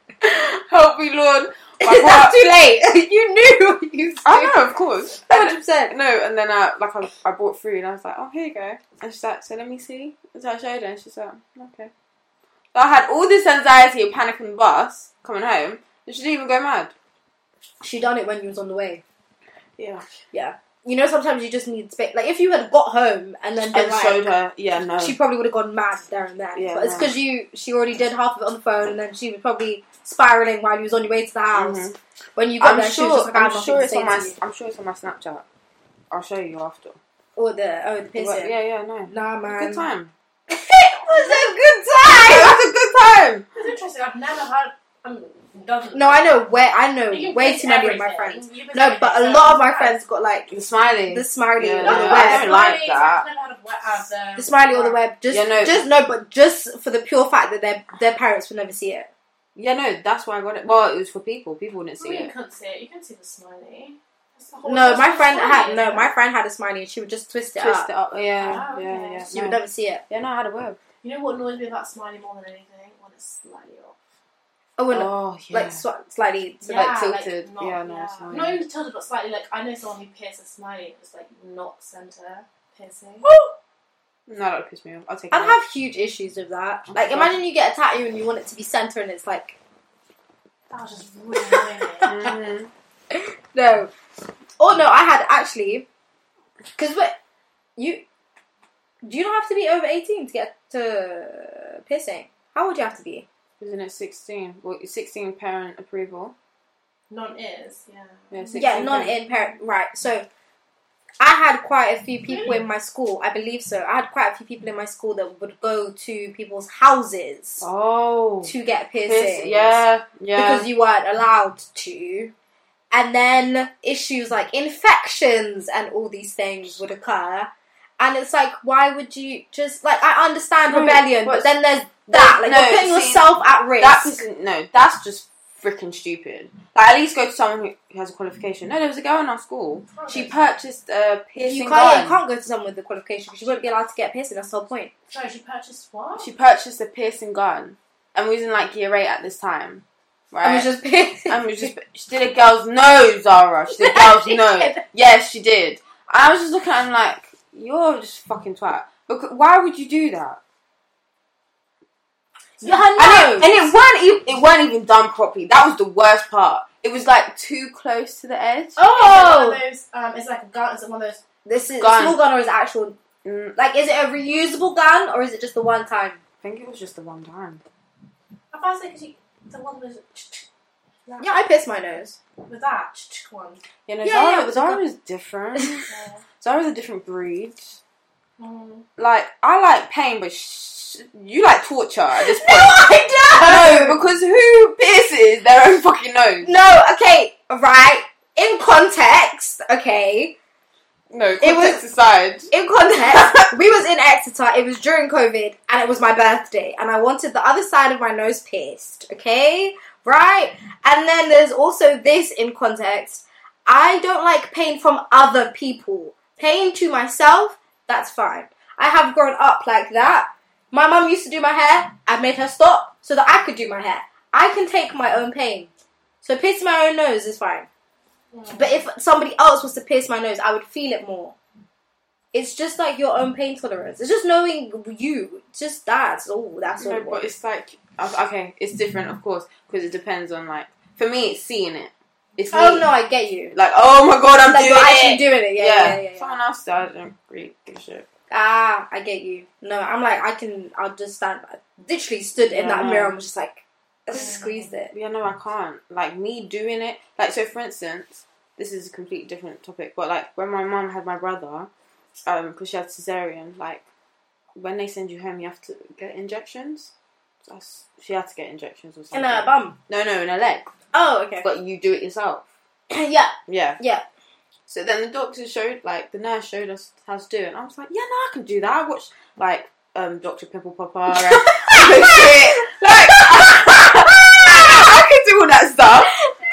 Speaker 2: Help me, Lord. My
Speaker 1: That's (laughs)
Speaker 2: heart-
Speaker 1: too late. you knew. You
Speaker 2: I know, of course.
Speaker 1: Hundred percent.
Speaker 2: No, and then I like I, I bought food and I was like, oh here you go. And she's like, so let me see. And so I showed her and she's like, okay. So I had all this anxiety and panic on the bus coming home, and she didn't even go mad.
Speaker 1: She done it when you was on the way.
Speaker 2: Yeah.
Speaker 1: You know, sometimes you just need space. Like if you had got home and then been
Speaker 2: And
Speaker 1: like,
Speaker 2: showed her. Yeah, no.
Speaker 1: she probably would have gone mad there and then.
Speaker 2: Yeah,
Speaker 1: but it's
Speaker 2: no.
Speaker 1: because you, she already did half of it on the phone, and then she was probably spiraling while you was on your way to the house.
Speaker 2: Mhm.
Speaker 1: When you got
Speaker 2: I'm
Speaker 1: there, she was
Speaker 2: sure.
Speaker 1: just like, I have
Speaker 2: I'm
Speaker 1: nothing
Speaker 2: sure
Speaker 1: to
Speaker 2: it's
Speaker 1: say
Speaker 2: on my.
Speaker 1: to you.
Speaker 2: I'm sure it's on my Snapchat. I'll show you after.
Speaker 1: Or the oh the
Speaker 2: But,
Speaker 1: piercing.
Speaker 2: yeah, yeah, no.
Speaker 1: Nah, man. (laughs)
Speaker 2: Good time.
Speaker 1: it was a good
Speaker 2: It
Speaker 1: time.
Speaker 2: was a good time.
Speaker 3: It's interesting. I've never heard. Um, doesn't.
Speaker 1: No, I know way I know
Speaker 3: You
Speaker 1: way
Speaker 3: miss
Speaker 1: too many of my
Speaker 3: everything.
Speaker 1: friends.
Speaker 3: You miss
Speaker 1: No, but a
Speaker 3: everything.
Speaker 1: lot of my friends got like
Speaker 2: The smiley.
Speaker 1: the smiley
Speaker 2: Yeah,
Speaker 1: or
Speaker 3: No,
Speaker 1: the
Speaker 2: yeah,
Speaker 3: I
Speaker 2: I
Speaker 1: web.
Speaker 2: don't like that.
Speaker 3: I've never heard of um, what I've done.
Speaker 1: The smiley or the web. Just
Speaker 2: Yeah, no.
Speaker 1: just no, but just for the pure fact that their their parents would never see it.
Speaker 2: yeah, no. That's why I got it. Well, it was for people. People wouldn't see
Speaker 3: Well, you
Speaker 2: it.
Speaker 3: can't see it. You can see the smiley. That's the whole-
Speaker 1: No,
Speaker 3: that's
Speaker 1: my
Speaker 3: the
Speaker 1: friend
Speaker 3: smiley,
Speaker 1: had
Speaker 3: isn't
Speaker 1: no,
Speaker 3: it?
Speaker 1: my friend had a smiley and she would just twist it
Speaker 2: Twist
Speaker 1: up.
Speaker 2: it up. Yeah,
Speaker 3: Oh,
Speaker 2: yeah,
Speaker 3: okay.
Speaker 2: yeah.
Speaker 1: She would
Speaker 2: no.
Speaker 1: never see it.
Speaker 2: Yeah, no, I had a web.
Speaker 3: You know what annoys me about smiley more than anything? When it's slightly off.
Speaker 1: Oh, and
Speaker 2: Oh, yeah.
Speaker 1: like sw- slightly.
Speaker 2: So, like, tilted. Yeah, no, it's fine.
Speaker 3: Not even tilted, but slightly like I know someone who pierced a smiley. It was like not center piercing.
Speaker 2: no, that would piss me off. I'll take it.
Speaker 1: I'd have huge issues with that. Like,
Speaker 2: Okay.
Speaker 1: imagine you get a tattoo and you want it to be center, and it's like
Speaker 3: That was just really annoying. (laughs)
Speaker 2: Mhm.
Speaker 1: no. Oh no, I had actually, because what you do you not have to be over eighteen to get to piercing? How old do you have to be?
Speaker 2: Isn't it 16? Well, it's 16 parent approval.
Speaker 3: None is, yeah.
Speaker 2: Yeah, 16
Speaker 1: yeah, non
Speaker 2: parent.
Speaker 1: in parent. Right. So I had quite a few people in my school. I believe so. I had quite a few people in my school that would go to people's houses
Speaker 2: Oh.
Speaker 1: to get
Speaker 2: Piss-
Speaker 1: piercings.
Speaker 2: Yeah, yeah.
Speaker 1: Because you weren't allowed to. and then issues like infections and all these things would occur. And it's like, why would you just like? I understand
Speaker 2: No,
Speaker 1: rebellion, but
Speaker 2: what's-
Speaker 1: then there's that. Like
Speaker 2: No,
Speaker 1: you're putting
Speaker 2: see,
Speaker 1: yourself at risk.
Speaker 2: That isn't no. That's just freaking stupid. Like, at least go to someone who has a qualification. No, there was a girl in our school. She purchased a piercing
Speaker 1: you can't, yeah,
Speaker 2: gun.
Speaker 1: you can't go to someone with a qualification because you won't be allowed to get a piercing. That's the whole point.
Speaker 3: Sorry, she purchased what?
Speaker 2: She purchased a piercing gun, and we was in like year eight at this time, right?
Speaker 1: I was just piercing. (laughs)
Speaker 2: And we just she did a girl's nose, Zara. She did a girl's
Speaker 1: She
Speaker 2: nose.
Speaker 1: did.
Speaker 2: Yes, she did. And I was just looking at him like, you're just fucking twat. Because why would you do that?
Speaker 1: Her nose.
Speaker 2: And it, and it weren't even it weren't even done properly. That was the worst part. It was like too close to the edge.
Speaker 3: Is it
Speaker 1: oh,
Speaker 3: one of those, um, it's like a gun. Is it one of those?
Speaker 1: this is
Speaker 2: Gun.
Speaker 1: small gun or is it actual?
Speaker 2: Mm,
Speaker 1: Like, is it a reusable gun or is it just the one time?
Speaker 2: I think it was just the one time.
Speaker 3: I thought it was like the one with that,
Speaker 1: Yeah, I pierced my (laughs) nose.
Speaker 3: with that one.
Speaker 2: You know,
Speaker 1: Yeah,
Speaker 2: Zara,
Speaker 1: yeah, it's
Speaker 2: Zara
Speaker 1: like
Speaker 2: is
Speaker 1: (laughs)
Speaker 2: different.
Speaker 3: Yeah.
Speaker 2: Zara's a different breed.
Speaker 3: Mm.
Speaker 2: Like I like pain, but sh- you like torture
Speaker 1: (laughs)
Speaker 2: at this point.
Speaker 1: I
Speaker 2: (laughs) No, because who pierces their own fucking nose?
Speaker 1: No, okay, right. In context, okay.
Speaker 2: No,
Speaker 1: was-
Speaker 2: context aside.
Speaker 1: In context, (laughs) we was in Exeter. It was during COVID, and it was my birthday, and I wanted the other side of my nose pierced. Okay, right. And then there's also this in context. I don't like pain from other people. Pain to myself, that's fine. I have grown up like that. My mum used to do my hair. I made her stop so that I could do my hair. I can take my own pain. So piercing my own nose is fine.
Speaker 3: Mm.
Speaker 1: But if somebody else was to pierce my nose, I would feel it more. It's just like your own pain tolerance. It's just knowing you. It's just that's all. That's all.
Speaker 2: No,
Speaker 1: it
Speaker 2: but
Speaker 1: was.
Speaker 2: it's like o- okay, it's different, of course, because it depends on like for me, it's seeing it. It's me.
Speaker 1: Oh no, I get you.
Speaker 2: Like oh my god, I'm
Speaker 1: like
Speaker 2: doing
Speaker 1: you're actually
Speaker 2: it.
Speaker 1: doing it. Yeah, yeah, yeah. yeah, yeah.
Speaker 2: Someone else, I don't really give a shit.
Speaker 1: Ah, I get you. No, I'm like I can. I'll just stand. I literally stood in
Speaker 2: Yeah,
Speaker 1: that
Speaker 2: I know.
Speaker 1: mirror and was just like, I
Speaker 3: Yeah.
Speaker 1: just squeezed it.
Speaker 2: Yeah, no, I can't. Like me doing it. Like so, for instance, this is a completely different topic, but like when my mum had my brother, um, because she had cesarean, like when they send you home, you have to get injections. So I s- she had to get injections or
Speaker 1: In
Speaker 2: something.
Speaker 1: a uh, bum.
Speaker 2: No, no, in her leg.
Speaker 1: Oh, okay. (clears throat)
Speaker 2: But you do it yourself.
Speaker 1: yeah.
Speaker 2: Yeah.
Speaker 1: Yeah.
Speaker 2: So then the doctor showed, like, the nurse showed us how to do it, and I was like, yeah, no, I can do that. I watched, like, um, Dr. Pimple Popper and and shit. Like, I can do all that stuff.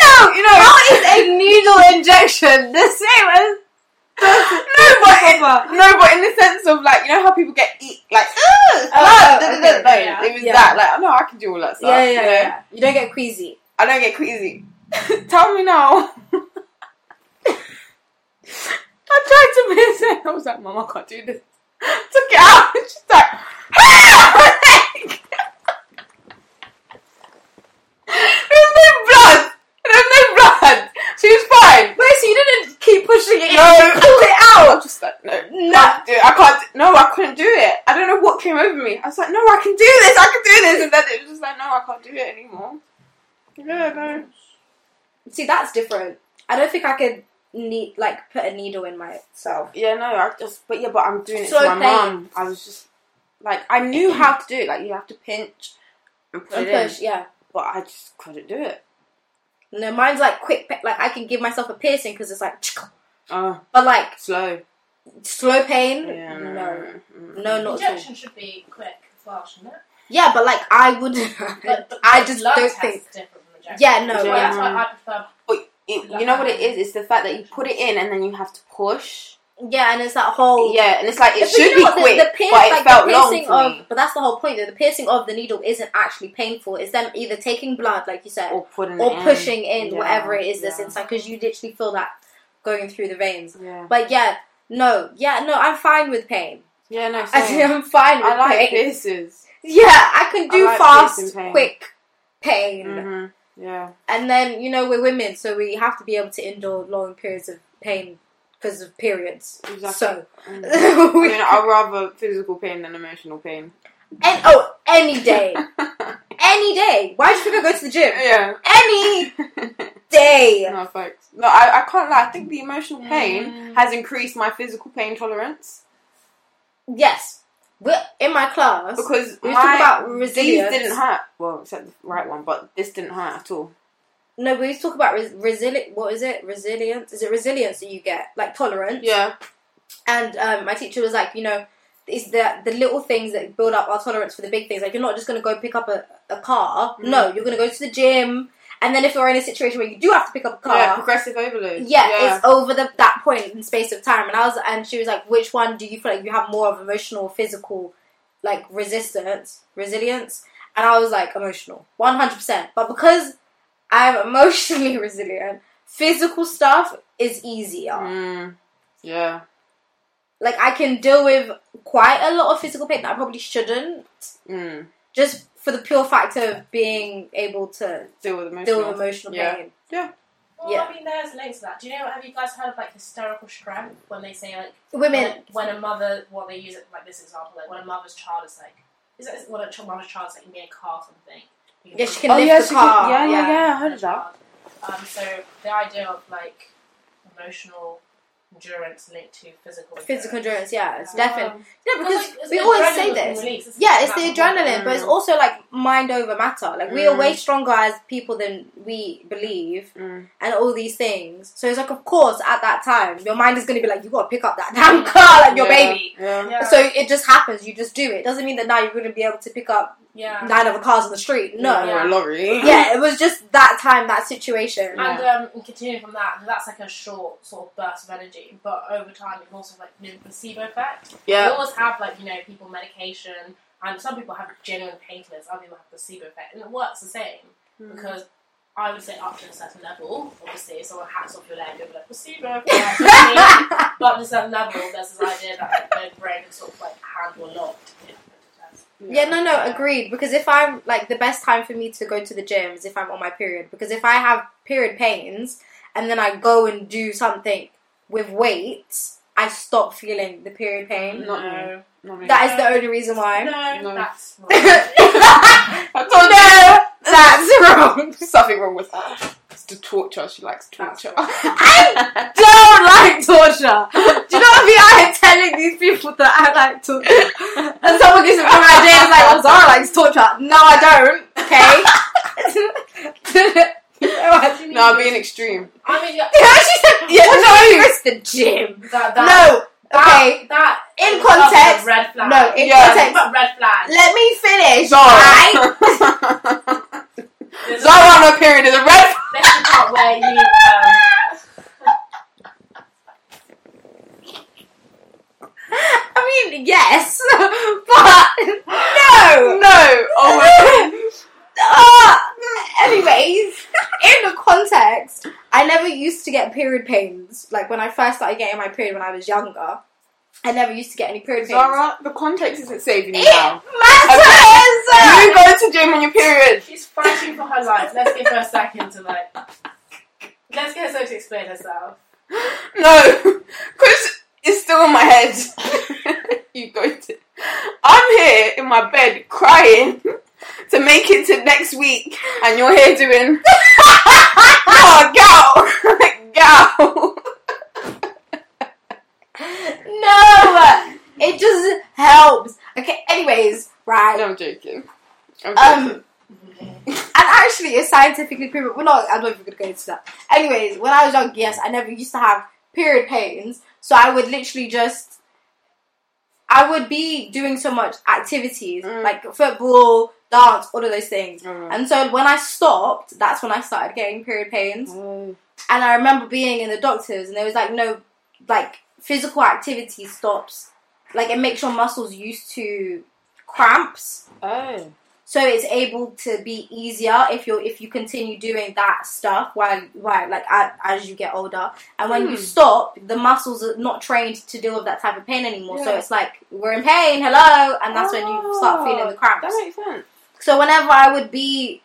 Speaker 2: No, you know,
Speaker 1: How is a
Speaker 2: needle injection the same as. (laughs) No but, in, no, but in the sense of like you know how people get eat like "Ugh, blood,"
Speaker 1: oh,
Speaker 2: da, da, da,
Speaker 1: okay,
Speaker 2: da.
Speaker 3: yeah,
Speaker 2: it was
Speaker 1: yeah.
Speaker 2: that like "Oh, no I can do all that stuff
Speaker 1: Yeah, yeah,
Speaker 2: you
Speaker 1: yeah,
Speaker 2: know?
Speaker 1: yeah. You don't get queasy.
Speaker 2: I don't get queasy. (laughs) Tell me now. I tried to miss it. I was like, Mum, I can't do this. (laughs) Took it out (laughs) and she's like, (laughs) There's no blood. There's no blood. She was fine.
Speaker 1: Wait, so you didn't keep pushing it?
Speaker 2: No, pull it out. I'm just like, no,
Speaker 1: No.
Speaker 2: no, I can't do it. I can't. Do, no, I couldn't do it. I don't know what came over me. I was like, no, I can do this. I can do this. And then it was just like, no, I can't do it anymore. Yeah, no.
Speaker 1: See, that's different. I don't think I could need like put a needle in myself.
Speaker 2: Yeah, no, I just, but yeah, but I'm doing it
Speaker 1: So
Speaker 2: to my
Speaker 1: pain.
Speaker 2: mum. I was just like, I knew how to do it. Like, you have to pinch and put
Speaker 1: And
Speaker 2: it
Speaker 1: push,
Speaker 2: in,
Speaker 1: yeah.
Speaker 2: but I just couldn't do it.
Speaker 1: No, mine's like quick. pe- Like I can give myself a piercing because it's like,
Speaker 2: Oh,
Speaker 1: but like
Speaker 2: slow.
Speaker 1: slow pain.
Speaker 2: Yeah, no,
Speaker 1: no.
Speaker 2: mm.
Speaker 1: No, not at all.
Speaker 3: Injection should be quick as well, shouldn't it?
Speaker 1: Yeah, but like I would. (laughs)
Speaker 3: But, but
Speaker 1: I
Speaker 3: the
Speaker 1: just
Speaker 3: blood
Speaker 1: don't
Speaker 3: test
Speaker 1: think-
Speaker 3: is different from injection.
Speaker 1: Yeah, no, um,
Speaker 3: So
Speaker 2: yeah.
Speaker 3: That's why I prefer.
Speaker 2: But it, you know what it is? It's the fact that you put it in and then you have to push.
Speaker 1: yeah, and it's that whole.
Speaker 2: Yeah, and it's like it
Speaker 1: Oh. But you
Speaker 2: should
Speaker 1: know
Speaker 2: be
Speaker 1: what, the-
Speaker 2: quick,
Speaker 1: the pierce-
Speaker 2: but it
Speaker 1: like, the
Speaker 2: felt long
Speaker 1: piercing
Speaker 2: for
Speaker 1: of,
Speaker 2: me.
Speaker 1: But that's the whole point. Though the piercing of the needle isn't actually painful. It's them either taking blood, like you said, or,
Speaker 2: Or putting it in.
Speaker 1: pushing in
Speaker 2: Yeah,
Speaker 1: whatever it is that's
Speaker 2: yeah.
Speaker 1: inside, because you literally feel that going through the veins.
Speaker 2: Yeah,
Speaker 1: But yeah, no, yeah, no, I'm fine with pain. (laughs)
Speaker 2: yeah, no.
Speaker 1: I
Speaker 2: same.
Speaker 1: am fine with
Speaker 2: I like
Speaker 1: pain.
Speaker 2: pieces.
Speaker 1: Yeah, I can do
Speaker 2: I like
Speaker 1: fast,
Speaker 2: piercing pain.
Speaker 1: quick pain.
Speaker 2: hmm Yeah,
Speaker 1: And then, you know, we're women, so we have to be able to endure long periods of pain because of periods.
Speaker 2: exactly.
Speaker 1: So,
Speaker 2: Mm. I
Speaker 1: (laughs) we,
Speaker 2: mean, I'd rather physical pain than emotional pain.
Speaker 1: and, oh, any
Speaker 2: (laughs)
Speaker 1: day. any day. Why do you think I go to the gym?
Speaker 2: yeah.
Speaker 1: Any
Speaker 2: no,
Speaker 1: day.
Speaker 2: thanks. No, I, I can't lie. I think the emotional
Speaker 1: Mm.
Speaker 2: pain has increased my physical pain tolerance
Speaker 1: Yes. We're in my class.
Speaker 2: because
Speaker 1: We
Speaker 2: my
Speaker 1: talk about
Speaker 2: these
Speaker 1: resilience.
Speaker 2: didn't hurt. Well, except the right one, but this didn't hurt at all.
Speaker 1: No, we always talk about res- resilient. What is it? Resilience? Is it resilience that you get? Like tolerance.
Speaker 2: Yeah.
Speaker 1: And um, my teacher was like, you know, it's the the little things that build up our tolerance for the big things. Like you're not just going to go pick up a, a car. No, you're going to go to the gym. And then if you're in a situation where you do have to pick up a car,
Speaker 2: Yeah, progressive overload.
Speaker 1: yeah, it's over the, that point in space of time. And I was, and she was like, which one do you feel like you have more of emotional, physical, like resistance, resilience? And I was like, emotional, one hundred percent. But because I'm (laughs) emotionally resilient, physical stuff is easier.
Speaker 2: Mm. Yeah.
Speaker 1: Like I can deal with quite a lot of physical pain that I probably shouldn't,
Speaker 2: Mm.
Speaker 1: just for the pure fact of being able to
Speaker 2: Deal with emotional.
Speaker 1: deal with emotional
Speaker 2: Yeah.
Speaker 1: pain.
Speaker 3: Well,
Speaker 1: Yeah.
Speaker 3: Oh, I mean, there's links to that. Do you know? Have you guys heard of like hysterical strength when they say like
Speaker 1: Women,
Speaker 3: when, when a mother? Well, they use it like this example, like when a mother's child is like, is it when a ch- mother's child is like near a car or something? You
Speaker 1: yeah, she can
Speaker 2: Oh
Speaker 1: lift
Speaker 2: yeah,
Speaker 1: the
Speaker 2: she could-
Speaker 1: car.
Speaker 2: yeah, yeah,
Speaker 1: yeah.
Speaker 2: yeah. I heard of that.
Speaker 3: child. Um, so the idea of like emotional endurance linked to physical
Speaker 1: Physical endurance,
Speaker 3: endurance.
Speaker 1: yeah, it's
Speaker 3: Yeah.
Speaker 1: definitely yeah
Speaker 3: Because,
Speaker 1: because
Speaker 3: like, it's
Speaker 1: we
Speaker 3: the
Speaker 1: always say
Speaker 3: adrenaline
Speaker 1: this.
Speaker 3: release, isn't
Speaker 1: Yeah,
Speaker 3: it?
Speaker 1: it's the
Speaker 3: That's what-
Speaker 1: adrenaline, but it's also like mind over matter. Like we are way
Speaker 2: Mm.
Speaker 1: stronger as people than we believe,
Speaker 2: Mm.
Speaker 1: and all these things. So it's like, of course, at that time, your mind is going to be like, you got to pick up that damn car, like your
Speaker 2: Yeah.
Speaker 1: baby.
Speaker 2: Yeah.
Speaker 3: Yeah.
Speaker 1: So it just happens. You just do it. Doesn't mean that now you're going to be able to pick up
Speaker 3: yeah.
Speaker 1: nine other cars on the street. No.
Speaker 2: Or a lorry.
Speaker 1: Yeah, it was just that time, that (laughs) situation.
Speaker 2: Yeah.
Speaker 3: And um, and continuing from that, that's like a short sort of burst of energy, but over time it can also like you know, placebo effect.
Speaker 2: (laughs) Yeah.
Speaker 3: You always have like you know people medication, and some people have genuine painkillers, other people have placebo effect, and it works the same
Speaker 1: Hmm.
Speaker 3: because I would say up to a certain level, obviously, if someone hacks off your leg, you'll be like placebo effect. you know what I mean?
Speaker 1: (laughs)
Speaker 3: but at a certain level, there's this idea that like, their brain can sort of like handle a lot.
Speaker 1: Yeah, no, no, agreed. Because if I'm like the best time for me to go to the gym is if I'm on my period. Because if I have period pains and then I go and do something with weights, I stop feeling the period pain.
Speaker 2: Not
Speaker 3: no,
Speaker 2: Not me.
Speaker 1: That is the only reason why. (laughs)
Speaker 3: no,
Speaker 2: No.
Speaker 3: that's
Speaker 2: I told you
Speaker 1: no, that's wrong.
Speaker 2: something wrong with her. It's the torture. She likes
Speaker 3: That's
Speaker 2: torture.
Speaker 3: wrong.
Speaker 1: I don't like torture. Do you know what I mean? I am telling these people that I like torture. And someone gives me an idea and is like, oh, Zara likes torture. No, I don't. (laughs) Okay? no, I
Speaker 3: what.
Speaker 2: (laughs) no, I'm being extreme.
Speaker 3: I mean, yeah,
Speaker 1: Yeah, she said, (laughs) yeah, no, it's the gym.
Speaker 3: that, that,
Speaker 1: No, okay.
Speaker 3: That, that
Speaker 1: In
Speaker 3: is up to
Speaker 1: context-
Speaker 3: Red flag.
Speaker 1: No, in
Speaker 2: Yeah.
Speaker 1: context.
Speaker 3: But red flag.
Speaker 1: Let me finish,
Speaker 2: (laughs)
Speaker 1: right?
Speaker 2: Zara.
Speaker 3: There's a-
Speaker 2: Zara on her period is a red.
Speaker 3: There's a part where you. Um,
Speaker 1: I mean, yes, (laughs) but (laughs) no.
Speaker 2: No. Oh my
Speaker 1: (laughs)
Speaker 2: god.
Speaker 1: Ah, anyways, in the context, I never used to get period pains. Like when I first started getting my period when I was younger, I never used to get any period pains.
Speaker 2: Zara, the context isn't saving you
Speaker 1: it
Speaker 2: now.
Speaker 1: matters.
Speaker 2: You go to gym on your period.
Speaker 3: she's fighting for her life. Let's give her a second to like. Let's get her to explain herself.
Speaker 2: (gasps) No, because it's still in my (laughs) head. you go to. I'm here in my bed crying to make it to next week, and you're here (laughs) doing. (laughs) oh, go,
Speaker 1: No, it just helps. Okay. Anyways, right.
Speaker 2: go. I'm joking. I'm
Speaker 1: Um,
Speaker 2: joking.
Speaker 1: And actually, it's scientifically proven. We're not. I'm not even gonna go into that. Anyways, when I was young, yes, I never used to have period pains, so I would literally just, I would be doing so much activities
Speaker 2: Mm.
Speaker 1: like football, dance, all of those things.
Speaker 2: Um,
Speaker 1: And so when I stopped, that's when I started getting period pains. And I remember being in the doctors, and they was like, no, like physical activity stops, like it makes your muscles used to cramps
Speaker 2: oh.
Speaker 1: so it's able to be easier if you are if you continue doing that stuff while while like as, as you get older and when you
Speaker 2: Hmm.
Speaker 1: stop the muscles are not trained to deal with that type of pain anymore so
Speaker 2: Yeah. Oh,
Speaker 1: it's like we're in pain hello and that's when you start feeling the
Speaker 2: That
Speaker 1: cramps
Speaker 2: makes sense.
Speaker 1: so whenever i would be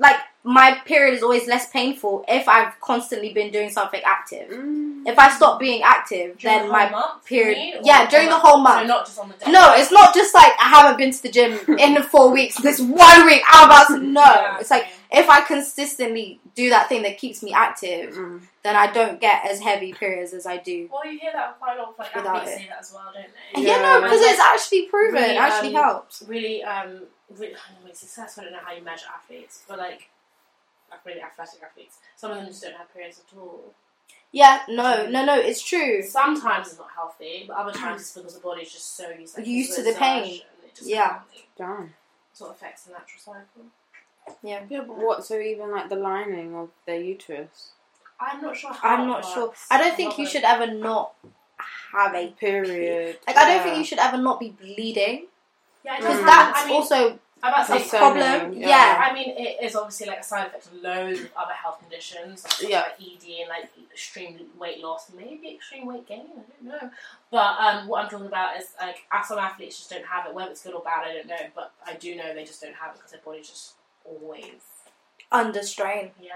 Speaker 1: like my period is always less painful if i've constantly been doing something active
Speaker 2: Mm.
Speaker 1: if i stop being active
Speaker 3: During
Speaker 1: then
Speaker 3: the
Speaker 1: my
Speaker 3: whole month,
Speaker 1: period-
Speaker 3: you mean? Or
Speaker 1: yeah, during the whole month.
Speaker 3: So not just on the day.
Speaker 1: no, it's not just like I haven't been to the gym in the four weeks. This one week, I'm about to no.
Speaker 3: Yeah,
Speaker 1: It's like if I consistently do that thing that keeps me active,
Speaker 2: Mm.
Speaker 1: then I don't get as heavy periods as I do.
Speaker 3: Well, you hear that quite a lot of like
Speaker 1: Without
Speaker 3: athletes
Speaker 1: it.
Speaker 3: say that as well, don't they?
Speaker 1: Yeah, no,
Speaker 2: Yeah.
Speaker 1: because it's actually proven.
Speaker 3: Really,
Speaker 1: it actually
Speaker 3: um,
Speaker 1: helps.
Speaker 3: really um really, I don't know, successful. I don't know how you measure athletes, but like like really athletic athletes. Some of them just don't have periods at all.
Speaker 1: Yeah, no, no, no, it's true.
Speaker 3: Sometimes it's not healthy, but other times it's because the body's just so used, like,
Speaker 1: Used to the pain.
Speaker 3: exertion, it just
Speaker 1: Yeah.
Speaker 3: can't-
Speaker 2: Damn.
Speaker 3: It sort of affects the natural cycle.
Speaker 1: Yeah.
Speaker 2: Yeah, but what? So even like the lining of their uterus,
Speaker 3: I'm not sure. How
Speaker 1: I'm
Speaker 3: it
Speaker 1: not sure.
Speaker 3: works.
Speaker 1: I don't
Speaker 3: I'm
Speaker 1: think
Speaker 3: not
Speaker 1: you
Speaker 3: very-
Speaker 1: should ever not have a.
Speaker 2: period.
Speaker 1: Like, I don't think
Speaker 2: Yeah.
Speaker 1: you should ever not be bleeding.
Speaker 3: Yeah,
Speaker 1: Because
Speaker 2: Mm.
Speaker 1: that's
Speaker 3: I mean,
Speaker 1: also
Speaker 3: I'm about to
Speaker 1: a
Speaker 2: That's
Speaker 3: say,
Speaker 2: so
Speaker 1: problem.
Speaker 2: annoying,
Speaker 1: Yeah.
Speaker 2: yeah.
Speaker 3: I mean, it is obviously like a side effect of loads of other health conditions, like,
Speaker 2: Yeah.
Speaker 3: like ED and like extreme weight loss, maybe extreme weight gain. I don't know. But um, what I'm talking about is like as some athletes just don't have it, whether it's good or bad, I don't know. But I do know they just don't have it because their body just always,
Speaker 1: under strain.
Speaker 3: yeah,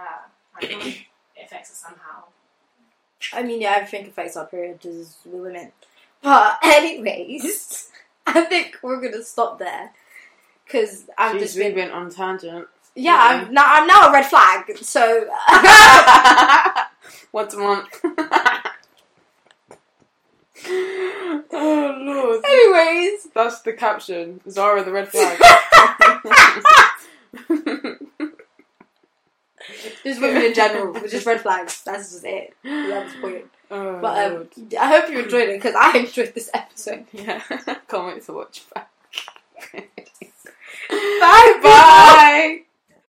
Speaker 3: I think it affects it somehow.
Speaker 1: I mean, yeah, everything affects our period as women. But (laughs) anyways, I think we're gonna stop there because
Speaker 2: Jeez,
Speaker 1: I'm just
Speaker 2: we've
Speaker 1: been,
Speaker 2: been on tangent.
Speaker 1: yeah. I'm now I'm now a red flag. (laughs) So
Speaker 2: (laughs) What's a month? oh lord.
Speaker 1: anyways,
Speaker 2: That's the caption. Zara the
Speaker 1: (laughs)
Speaker 2: red (laughs) flag.
Speaker 1: just women in general, we're just red flags. That's just it. That's the point.
Speaker 2: oh,
Speaker 1: But um,
Speaker 2: lord.
Speaker 1: I hope you enjoyed it because I enjoyed this episode.
Speaker 2: yeah. (laughs) Can't wait to watch back.
Speaker 1: Bye
Speaker 2: (laughs) Bye.